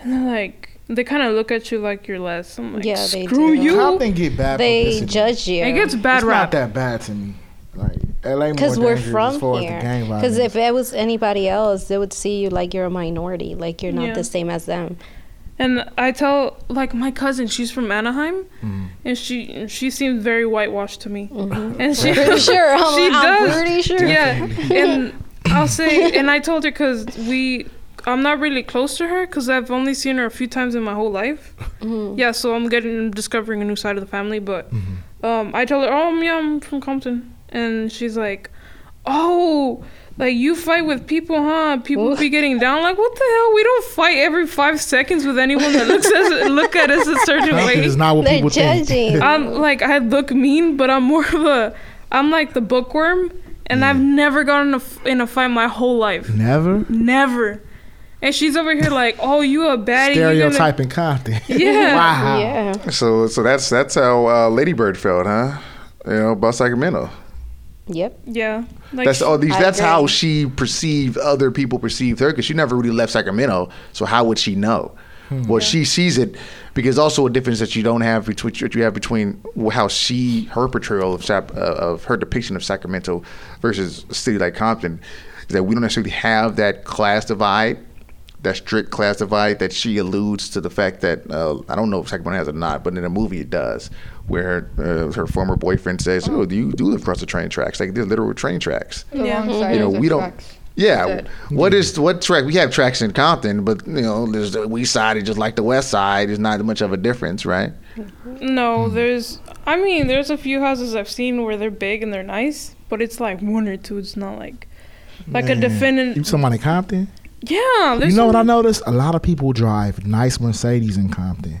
[SPEAKER 7] and they're like, they kind of look at you like you're less. I'm like,
[SPEAKER 9] Yeah, they
[SPEAKER 7] screw
[SPEAKER 9] do.
[SPEAKER 7] you.
[SPEAKER 10] Compton get bad
[SPEAKER 9] They
[SPEAKER 10] publicity.
[SPEAKER 9] judge you.
[SPEAKER 7] It gets bad
[SPEAKER 10] it's not
[SPEAKER 7] rap.
[SPEAKER 10] that bad to me. Like LA more
[SPEAKER 9] because we're
[SPEAKER 10] dangerous
[SPEAKER 9] from
[SPEAKER 10] as far as the
[SPEAKER 9] here.
[SPEAKER 10] gang
[SPEAKER 9] Because
[SPEAKER 10] violence.
[SPEAKER 9] if it was anybody else, they would see you like you're a minority, like you're not
[SPEAKER 7] Yeah.
[SPEAKER 9] the same as them.
[SPEAKER 7] And I tell like my cousin, she's from Anaheim, and she and she seems very whitewashed to me. And she
[SPEAKER 9] Pretty sure, I'm,
[SPEAKER 7] She
[SPEAKER 9] I'm
[SPEAKER 7] does.
[SPEAKER 9] pretty sure.
[SPEAKER 7] yeah and i'll say and i told her because we i'm not really close to her because i've only seen her a few times in my whole life yeah so i'm getting discovering a new side of the family but um, i told her oh yeah i'm from compton and she's like oh Like you fight with people, huh? People be getting down. Like what the hell? We don't fight every five seconds with anyone that looks at look at us a certain
[SPEAKER 10] Thank you.
[SPEAKER 7] way.
[SPEAKER 10] It's not what
[SPEAKER 9] They're
[SPEAKER 10] people
[SPEAKER 9] judging.
[SPEAKER 10] think.
[SPEAKER 7] I'm like I look mean, but I'm more of a I'm like the bookworm, and I've
[SPEAKER 10] Mm.
[SPEAKER 7] never gotten in a, f- in a fight my whole life,
[SPEAKER 10] Never
[SPEAKER 7] never. And she's over here like, oh, you a baddie. you didn't-"
[SPEAKER 10] stereotyping Compton.
[SPEAKER 7] Yeah.
[SPEAKER 10] wow.
[SPEAKER 9] Yeah.
[SPEAKER 6] So so that's that's how uh, Lady Bird felt, huh? You know, about Sacramento.
[SPEAKER 9] Yep.
[SPEAKER 7] Yeah. Like
[SPEAKER 6] That's all these.
[SPEAKER 9] I
[SPEAKER 6] That's how
[SPEAKER 9] agree.
[SPEAKER 6] she perceived other people perceived her because she never really left Sacramento. So how would she know?
[SPEAKER 9] Hmm.
[SPEAKER 6] Well, she sees it because also a difference that you don't have between what you have between how she her portrayal of Sac- uh, of her depiction of Sacramento versus a city like Compton is that we don't necessarily have that class divide. That strict class divide that she alludes to the fact that uh, I don't know if Sacramento has it or not, but in the movie it does, where her, uh, her former boyfriend says, "Oh, do you do live across the train tracks? Like they're literal train tracks."
[SPEAKER 7] Yeah.
[SPEAKER 6] you know, we don't. Yeah,
[SPEAKER 8] That's it.
[SPEAKER 6] what is what track? We have tracks in Compton, but you know, there's the East Side, it's just like the West Side. There's not much of a difference, right?
[SPEAKER 7] No,
[SPEAKER 10] Mm.
[SPEAKER 7] there's. I mean, there's a few houses I've seen where they're big and they're nice, but it's like one or two. It's not like, like a
[SPEAKER 10] Man. You
[SPEAKER 7] defendant.
[SPEAKER 10] somebody in Compton?
[SPEAKER 7] Yeah.
[SPEAKER 10] You
[SPEAKER 7] There's
[SPEAKER 10] know what I
[SPEAKER 7] some-
[SPEAKER 10] noticed? A lot of people drive nice Mercedes in Compton.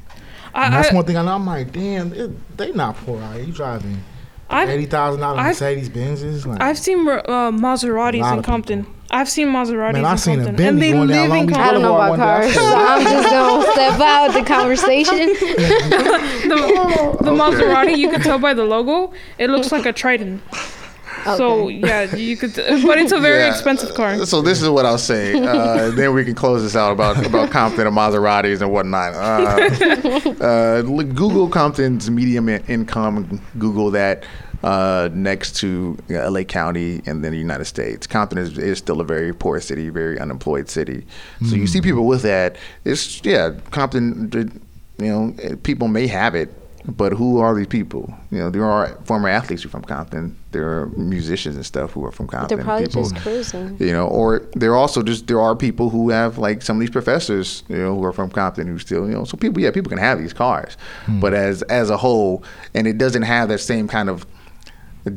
[SPEAKER 7] I,
[SPEAKER 10] And that's
[SPEAKER 7] I,
[SPEAKER 10] one thing I know. I'm like, damn, it, they not poor out here. You driving
[SPEAKER 7] I've,
[SPEAKER 10] eighty thousand dollars
[SPEAKER 7] I've-
[SPEAKER 10] Mercedes Benzes? Like,
[SPEAKER 7] I've seen uh, Maseratis
[SPEAKER 10] Lot
[SPEAKER 7] in
[SPEAKER 10] of
[SPEAKER 7] Compton. I've seen Maseratis
[SPEAKER 10] Man,
[SPEAKER 7] in
[SPEAKER 10] I seen a
[SPEAKER 7] Compton,
[SPEAKER 10] Bentley
[SPEAKER 7] and they live
[SPEAKER 10] going down Long
[SPEAKER 7] in
[SPEAKER 10] Beach
[SPEAKER 9] I
[SPEAKER 7] Compton.
[SPEAKER 9] don't know about
[SPEAKER 10] Boulevard one day, I
[SPEAKER 9] cars, so
[SPEAKER 10] said-
[SPEAKER 9] I'm just gonna step out the conversation.
[SPEAKER 7] The, the Maserati, you could tell by the logo, it looks like a Triton. So
[SPEAKER 9] Okay.
[SPEAKER 7] yeah, you could, but it's a very
[SPEAKER 6] Yeah.
[SPEAKER 7] expensive car.
[SPEAKER 6] So this is what I'll say. Uh, then we can close this out about about Compton and Maseratis and whatnot. Uh, uh, look, Google Compton's medium in- income. Google that uh, next to uh, L.A. County and then the United States. Compton is, is still a very poor city, very unemployed city. So you see people with that. It's yeah, Compton. You know, eh, people may have it. But who are these people? You know, there are former athletes who are from Compton. There are musicians and stuff who are from Compton.
[SPEAKER 9] They're probably
[SPEAKER 6] people
[SPEAKER 9] just cruising.
[SPEAKER 6] you know, or there also just there are people who have like some of these professors, you know, who are from Compton who still, you know, so people, yeah, people can have these cars, but as as a whole, and it doesn't have that same kind of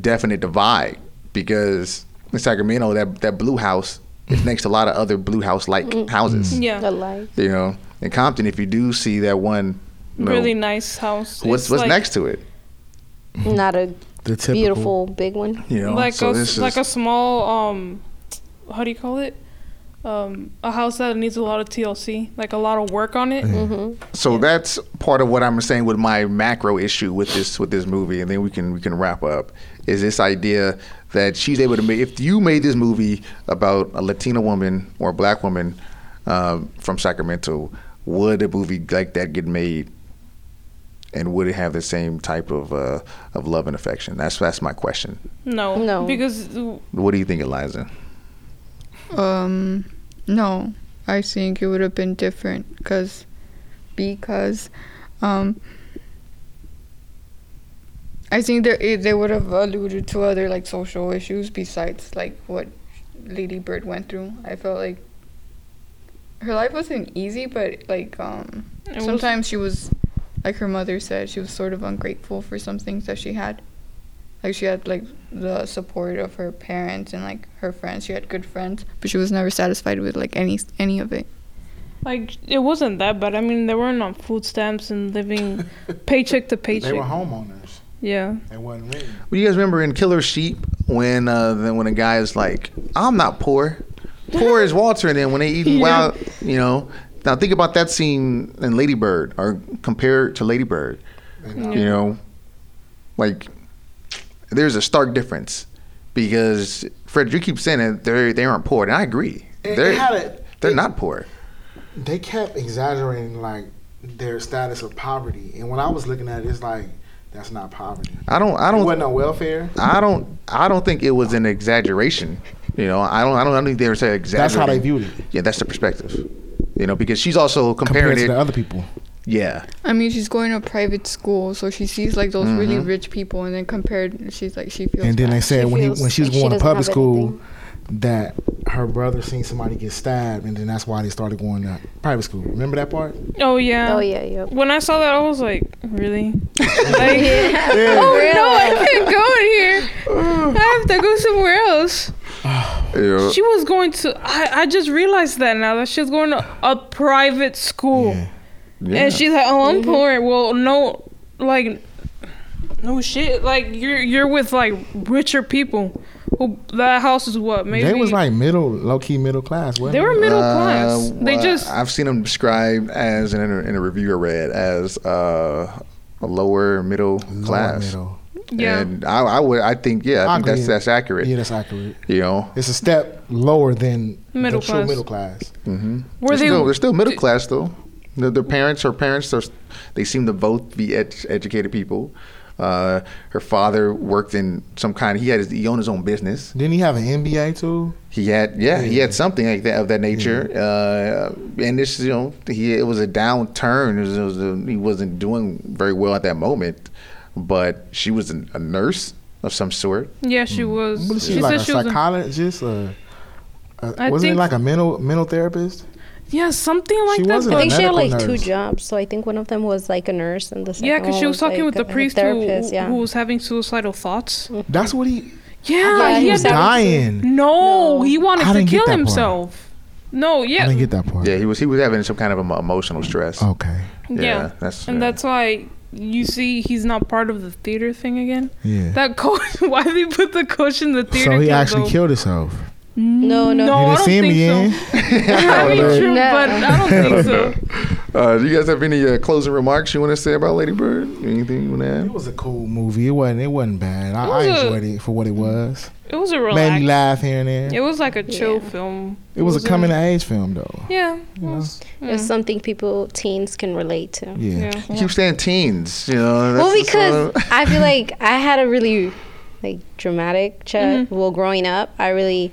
[SPEAKER 6] definite divide because in Sacramento, that that blue house is next to a lot of other blue house like
[SPEAKER 7] Mm.
[SPEAKER 6] houses,
[SPEAKER 7] Yeah,
[SPEAKER 9] The light.
[SPEAKER 6] you know. In Compton, if you do see that one, you know,
[SPEAKER 7] really nice house.
[SPEAKER 6] what's
[SPEAKER 7] It's
[SPEAKER 6] what's
[SPEAKER 7] like-
[SPEAKER 6] next to it,
[SPEAKER 9] Not a
[SPEAKER 10] the typical.
[SPEAKER 9] beautiful big one.
[SPEAKER 6] you know,
[SPEAKER 7] like
[SPEAKER 6] so
[SPEAKER 7] a
[SPEAKER 6] this
[SPEAKER 7] like
[SPEAKER 6] is
[SPEAKER 7] a small um how do you call it um a house that needs a lot of TLC like a lot of work on it
[SPEAKER 6] Mm-hmm. So that's part of what I'm saying with my macro issue with this with this movie, and then we can we can wrap up. Is this idea that she's able to make? If you made this movie about a Latina woman or a black woman um, from Sacramento, would a movie like that get made? And would it have the same type of uh, of love and affection? That's that's my question.
[SPEAKER 7] no
[SPEAKER 9] No.
[SPEAKER 7] because uh,
[SPEAKER 6] What do you think, Eliza?
[SPEAKER 8] Um, no, I think it would have been different because, because, um, I think there it, they would have alluded to other like social issues besides like what Lady Bird went through. I felt like her life wasn't easy, but like um,
[SPEAKER 7] was-
[SPEAKER 8] sometimes she was, like her mother said, she was sort of ungrateful for some things that she had. Like she had like the support of her parents and like her friends. She had good friends, but she was never satisfied with like any any of it.
[SPEAKER 7] like it wasn't that bad I mean they weren't on food stamps and living paycheck to
[SPEAKER 10] They were
[SPEAKER 7] paycheck
[SPEAKER 10] homeowners.
[SPEAKER 7] yeah
[SPEAKER 10] They wasn't rich.
[SPEAKER 6] Well, you guys remember in Killer Sheep when uh, then when a guy is like, "I'm not poor, poor is Walter," and then when they eat wild, you know. Now think about that scene in Lady Bird, or compare it to Lady Bird.
[SPEAKER 10] Mm-hmm.
[SPEAKER 6] You know, like there's a stark difference because Fred, you keep saying that they they aren't poor, and I agree.
[SPEAKER 10] It- it
[SPEAKER 6] They're
[SPEAKER 10] had a-
[SPEAKER 6] they're not poor.
[SPEAKER 10] They kept exaggerating like their status of poverty, and when I was looking at it, it's like that's not poverty.
[SPEAKER 6] I don't I
[SPEAKER 10] It
[SPEAKER 6] don't
[SPEAKER 10] wasn't no welfare.
[SPEAKER 6] I don't I don't think it was an exaggeration. You know, I don't I don't, I don't think they were saying exaggerating.
[SPEAKER 10] That's how they viewed it
[SPEAKER 6] Yeah, that's the perspective. You know, because she's also comparing
[SPEAKER 10] compared to
[SPEAKER 6] it.
[SPEAKER 10] the other people.
[SPEAKER 6] yeah,
[SPEAKER 8] I mean, she's going to private school, so she sees like those really
[SPEAKER 10] Mm-hmm.
[SPEAKER 8] rich people, and then compared, she's like she feels.
[SPEAKER 10] And then they
[SPEAKER 8] bad.
[SPEAKER 10] said
[SPEAKER 9] She
[SPEAKER 10] when he,
[SPEAKER 9] feels
[SPEAKER 10] when she was
[SPEAKER 9] like she
[SPEAKER 10] going to
[SPEAKER 9] doesn't
[SPEAKER 10] public
[SPEAKER 9] have
[SPEAKER 10] school that her brother seen somebody get stabbed, and then that's why they started going to private school. Remember that part?
[SPEAKER 7] oh yeah
[SPEAKER 9] Oh yeah, yep.
[SPEAKER 7] when I saw that I was like really like
[SPEAKER 9] Oh
[SPEAKER 7] no I can't go in here I have to go somewhere else
[SPEAKER 6] Yeah.
[SPEAKER 7] She was going to. I, I just realized that now that she's going to a private school,
[SPEAKER 10] Yeah.
[SPEAKER 6] Yeah.
[SPEAKER 7] and she's like, "Oh,
[SPEAKER 9] Mm-hmm.
[SPEAKER 7] I'm poor." Well, no, like, no shit. Like you're you're with like richer people. Who that house is what maybe
[SPEAKER 10] They was like middle, low key middle class. Wasn't
[SPEAKER 7] they were middle class.
[SPEAKER 6] Uh,
[SPEAKER 7] They
[SPEAKER 6] well,
[SPEAKER 7] just
[SPEAKER 6] I've seen them described as in a, in a review I read as uh, a lower middle
[SPEAKER 10] Lower
[SPEAKER 6] class.
[SPEAKER 10] middle.
[SPEAKER 7] yeah.
[SPEAKER 6] And I, I would, I think, yeah, I,
[SPEAKER 10] I
[SPEAKER 6] think that's
[SPEAKER 10] agree.
[SPEAKER 6] that's accurate.
[SPEAKER 10] Yeah, that's accurate.
[SPEAKER 6] You know,
[SPEAKER 10] It's a step lower than
[SPEAKER 7] Middle
[SPEAKER 10] the true
[SPEAKER 7] class.
[SPEAKER 10] middle class.
[SPEAKER 7] Were
[SPEAKER 6] they're
[SPEAKER 7] they?
[SPEAKER 6] still, they're still middle class though. Their, their parents, her parents, are, they seem to both be ed- educated people. Uh, her father worked in some kind. He had his, he owned his own business.
[SPEAKER 10] Didn't he have an MBA too?
[SPEAKER 6] He had yeah, he had something like that of that nature. Uh, and this you know he it was a downturn. It was, it was a, he wasn't doing very well at that moment, but she was an, a nurse of some sort.
[SPEAKER 7] yeah, she was.
[SPEAKER 10] What is she,
[SPEAKER 7] She
[SPEAKER 10] like
[SPEAKER 7] said
[SPEAKER 10] a
[SPEAKER 7] she was. a-
[SPEAKER 10] psychologist? Or, uh,
[SPEAKER 7] I
[SPEAKER 10] wasn't it
[SPEAKER 7] think-
[SPEAKER 10] like a mental mental therapist?
[SPEAKER 7] Yeah, something like
[SPEAKER 10] She
[SPEAKER 7] that.
[SPEAKER 10] wasn't
[SPEAKER 9] I
[SPEAKER 7] but-
[SPEAKER 9] think she had like
[SPEAKER 10] Medical
[SPEAKER 9] two
[SPEAKER 10] nurse.
[SPEAKER 9] jobs. So I think one of them was like a nurse and the second
[SPEAKER 7] Yeah, because she
[SPEAKER 9] one
[SPEAKER 7] was talking with
[SPEAKER 9] like,
[SPEAKER 7] the
[SPEAKER 9] a
[SPEAKER 7] priest who,
[SPEAKER 9] therapist, yeah.
[SPEAKER 7] who was having suicidal thoughts.
[SPEAKER 10] That's what he.
[SPEAKER 7] Yeah,
[SPEAKER 9] Yeah,
[SPEAKER 7] he
[SPEAKER 9] he
[SPEAKER 7] had
[SPEAKER 9] was
[SPEAKER 7] that-
[SPEAKER 10] dying.
[SPEAKER 7] No, he wanted
[SPEAKER 10] I
[SPEAKER 7] to
[SPEAKER 10] didn't get
[SPEAKER 7] kill
[SPEAKER 10] that part.
[SPEAKER 7] himself. No, yeah,
[SPEAKER 10] I didn't get that part.
[SPEAKER 6] Yeah, he was he was having some kind of emo- emotional stress.
[SPEAKER 10] Okay.
[SPEAKER 7] Oh. yeah,
[SPEAKER 6] that's
[SPEAKER 7] and
[SPEAKER 6] yeah.
[SPEAKER 7] that's why you see he's not part of the theater thing again.
[SPEAKER 10] Yeah.
[SPEAKER 7] That coach, why they put the coach in the theater?
[SPEAKER 10] so he
[SPEAKER 7] club,
[SPEAKER 10] actually
[SPEAKER 7] though?
[SPEAKER 10] killed himself.
[SPEAKER 9] No, no.
[SPEAKER 7] No,
[SPEAKER 10] you
[SPEAKER 7] Oh, I
[SPEAKER 10] didn't
[SPEAKER 7] don't think
[SPEAKER 10] see him
[SPEAKER 7] so.
[SPEAKER 10] again.
[SPEAKER 6] Oh,
[SPEAKER 7] I mean, true,
[SPEAKER 9] No.
[SPEAKER 7] but I don't think so.
[SPEAKER 6] Uh, do you guys have any uh, closing remarks you want to say about Lady Bird? Anything you want to
[SPEAKER 10] It
[SPEAKER 6] add?
[SPEAKER 10] was a cool movie. It wasn't. It wasn't bad. I, I
[SPEAKER 7] It was a-
[SPEAKER 10] enjoyed it for what it was.
[SPEAKER 7] It was a
[SPEAKER 10] Made me
[SPEAKER 7] relax.
[SPEAKER 10] laugh here and there.
[SPEAKER 7] It was like a chill film.
[SPEAKER 10] It was a coming of age film though.
[SPEAKER 7] Yeah,
[SPEAKER 9] It's something people, teens can relate to.
[SPEAKER 10] Yeah.
[SPEAKER 7] yeah.
[SPEAKER 6] You keep saying teens, you know.
[SPEAKER 9] Well,
[SPEAKER 6] that's-
[SPEAKER 9] because
[SPEAKER 6] that's, uh,
[SPEAKER 9] I feel like I had a really like dramatic child. Well, growing up, I really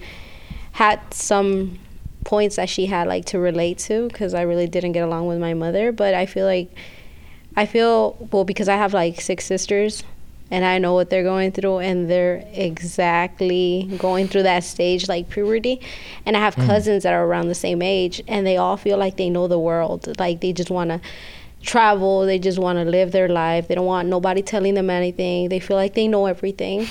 [SPEAKER 9] had some points that she had like to relate to because I really didn't get along with my mother. But I feel like I feel well because I have like six sisters. And I know what they're going through, and they're exactly going through that stage like puberty. And I have cousins that are around the same age, and they all feel like they know the world. Like they just want to travel. They just want to live their life. They don't want nobody telling them anything. They feel like they know everything.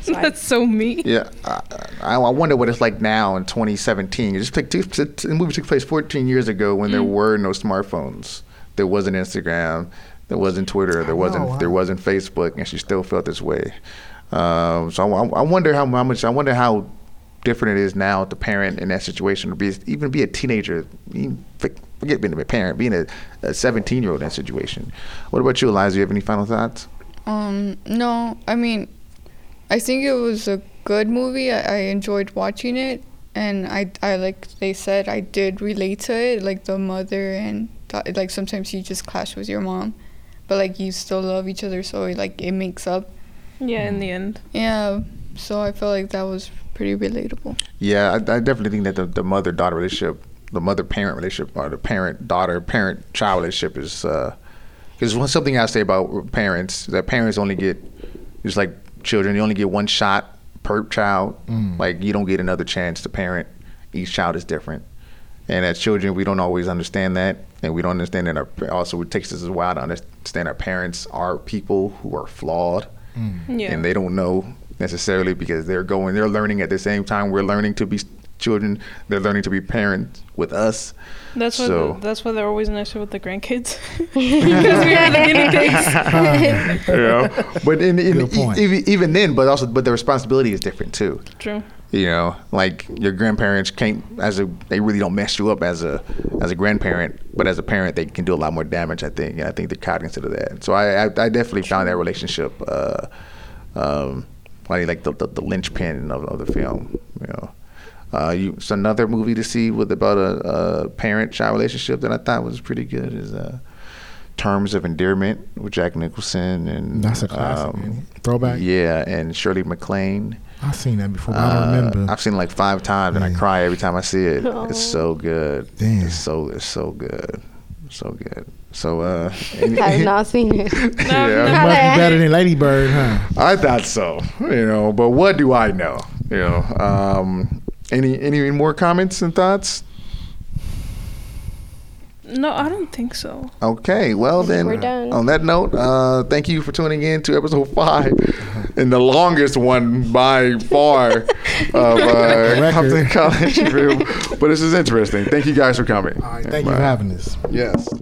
[SPEAKER 9] So I,
[SPEAKER 7] that's so me.
[SPEAKER 6] yeah, I, I I wonder what it's like now in 2017. It just took, the movie took place 14 years ago when
[SPEAKER 10] Mm.
[SPEAKER 6] there were no smartphones. There wasn't Instagram. There wasn't Twitter. There wasn't
[SPEAKER 10] know, I-
[SPEAKER 6] there wasn't Facebook, and she still felt this way. Um, so I, I wonder how, how much. I wonder how different it is now to parent in that situation to be even be a teenager. Even, for- forget being a parent, being a, a 17 year old in that situation. What about you, Eliza? You have any final thoughts?
[SPEAKER 8] Um, no, I mean, I think it was a good movie. I, I enjoyed watching it, and I, I like they said, I did relate to it, like the mother and da- like sometimes you just clash with your mom, but like you still love each other, so like it makes up.
[SPEAKER 7] Yeah, in the end.
[SPEAKER 8] Yeah, so I felt like that was pretty relatable.
[SPEAKER 6] Yeah, I, I definitely think that the, the mother daughter relationship, the mother parent relationship, or the parent daughter parent child relationship is uh, because one something I say about parents that parents only get just like children, you only get one shot per child. Like you don't get another chance to parent. Each child is different, and as children, we don't always understand that, and we don't understand that. Our, also, it takes us a while to understand our parents are people who are flawed
[SPEAKER 7] Yeah.
[SPEAKER 6] and they don't know necessarily because they're going they're learning at the same time we're learning to be s- children they're learning to be parents with us
[SPEAKER 7] That's why.
[SPEAKER 6] So-
[SPEAKER 7] The, that's why they're always nicer with the grandkids. because we are the guinea pigs.
[SPEAKER 6] you know? but in, in
[SPEAKER 10] Good point.
[SPEAKER 6] e- even, even then but also but the responsibility is different too
[SPEAKER 7] True.
[SPEAKER 6] you know like your grandparents can't as a they really don't mess you up as a as a grandparent but as a parent they can do a lot more damage i think and i think they're cognizant of that so i i, I definitely found that relationship uh um probably like the the, the linchpin of, of the film you know uh, you, it's another movie to see with about a, a parent-child relationship that I thought was pretty good is uh, Terms of Endearment with Jack Nicholson and
[SPEAKER 10] That's a classic.
[SPEAKER 6] um,
[SPEAKER 10] man. Throwback.
[SPEAKER 6] yeah, and Shirley MacLaine.
[SPEAKER 10] I've seen that before, but I
[SPEAKER 6] Uh,
[SPEAKER 10] don't remember.
[SPEAKER 6] I've seen it like five times, and I
[SPEAKER 10] Yeah.
[SPEAKER 6] cry every time I see it. It's so good.
[SPEAKER 10] Damn.
[SPEAKER 6] It's so it's so good, so good. So uh,
[SPEAKER 9] have not seen it.
[SPEAKER 6] yeah,
[SPEAKER 10] Must be better than Lady Bird, huh?
[SPEAKER 6] I thought so. You know, but what do I know? You know, um, any any more comments and thoughts?
[SPEAKER 7] No, I don't think so.
[SPEAKER 6] Okay, well then,
[SPEAKER 9] We're done.
[SPEAKER 6] on that note, uh, thank you for tuning in to episode five and the longest one by far of uh, Compton College. But this is interesting. Thank you guys for coming.
[SPEAKER 10] All right, thank you for having us.
[SPEAKER 6] Yes.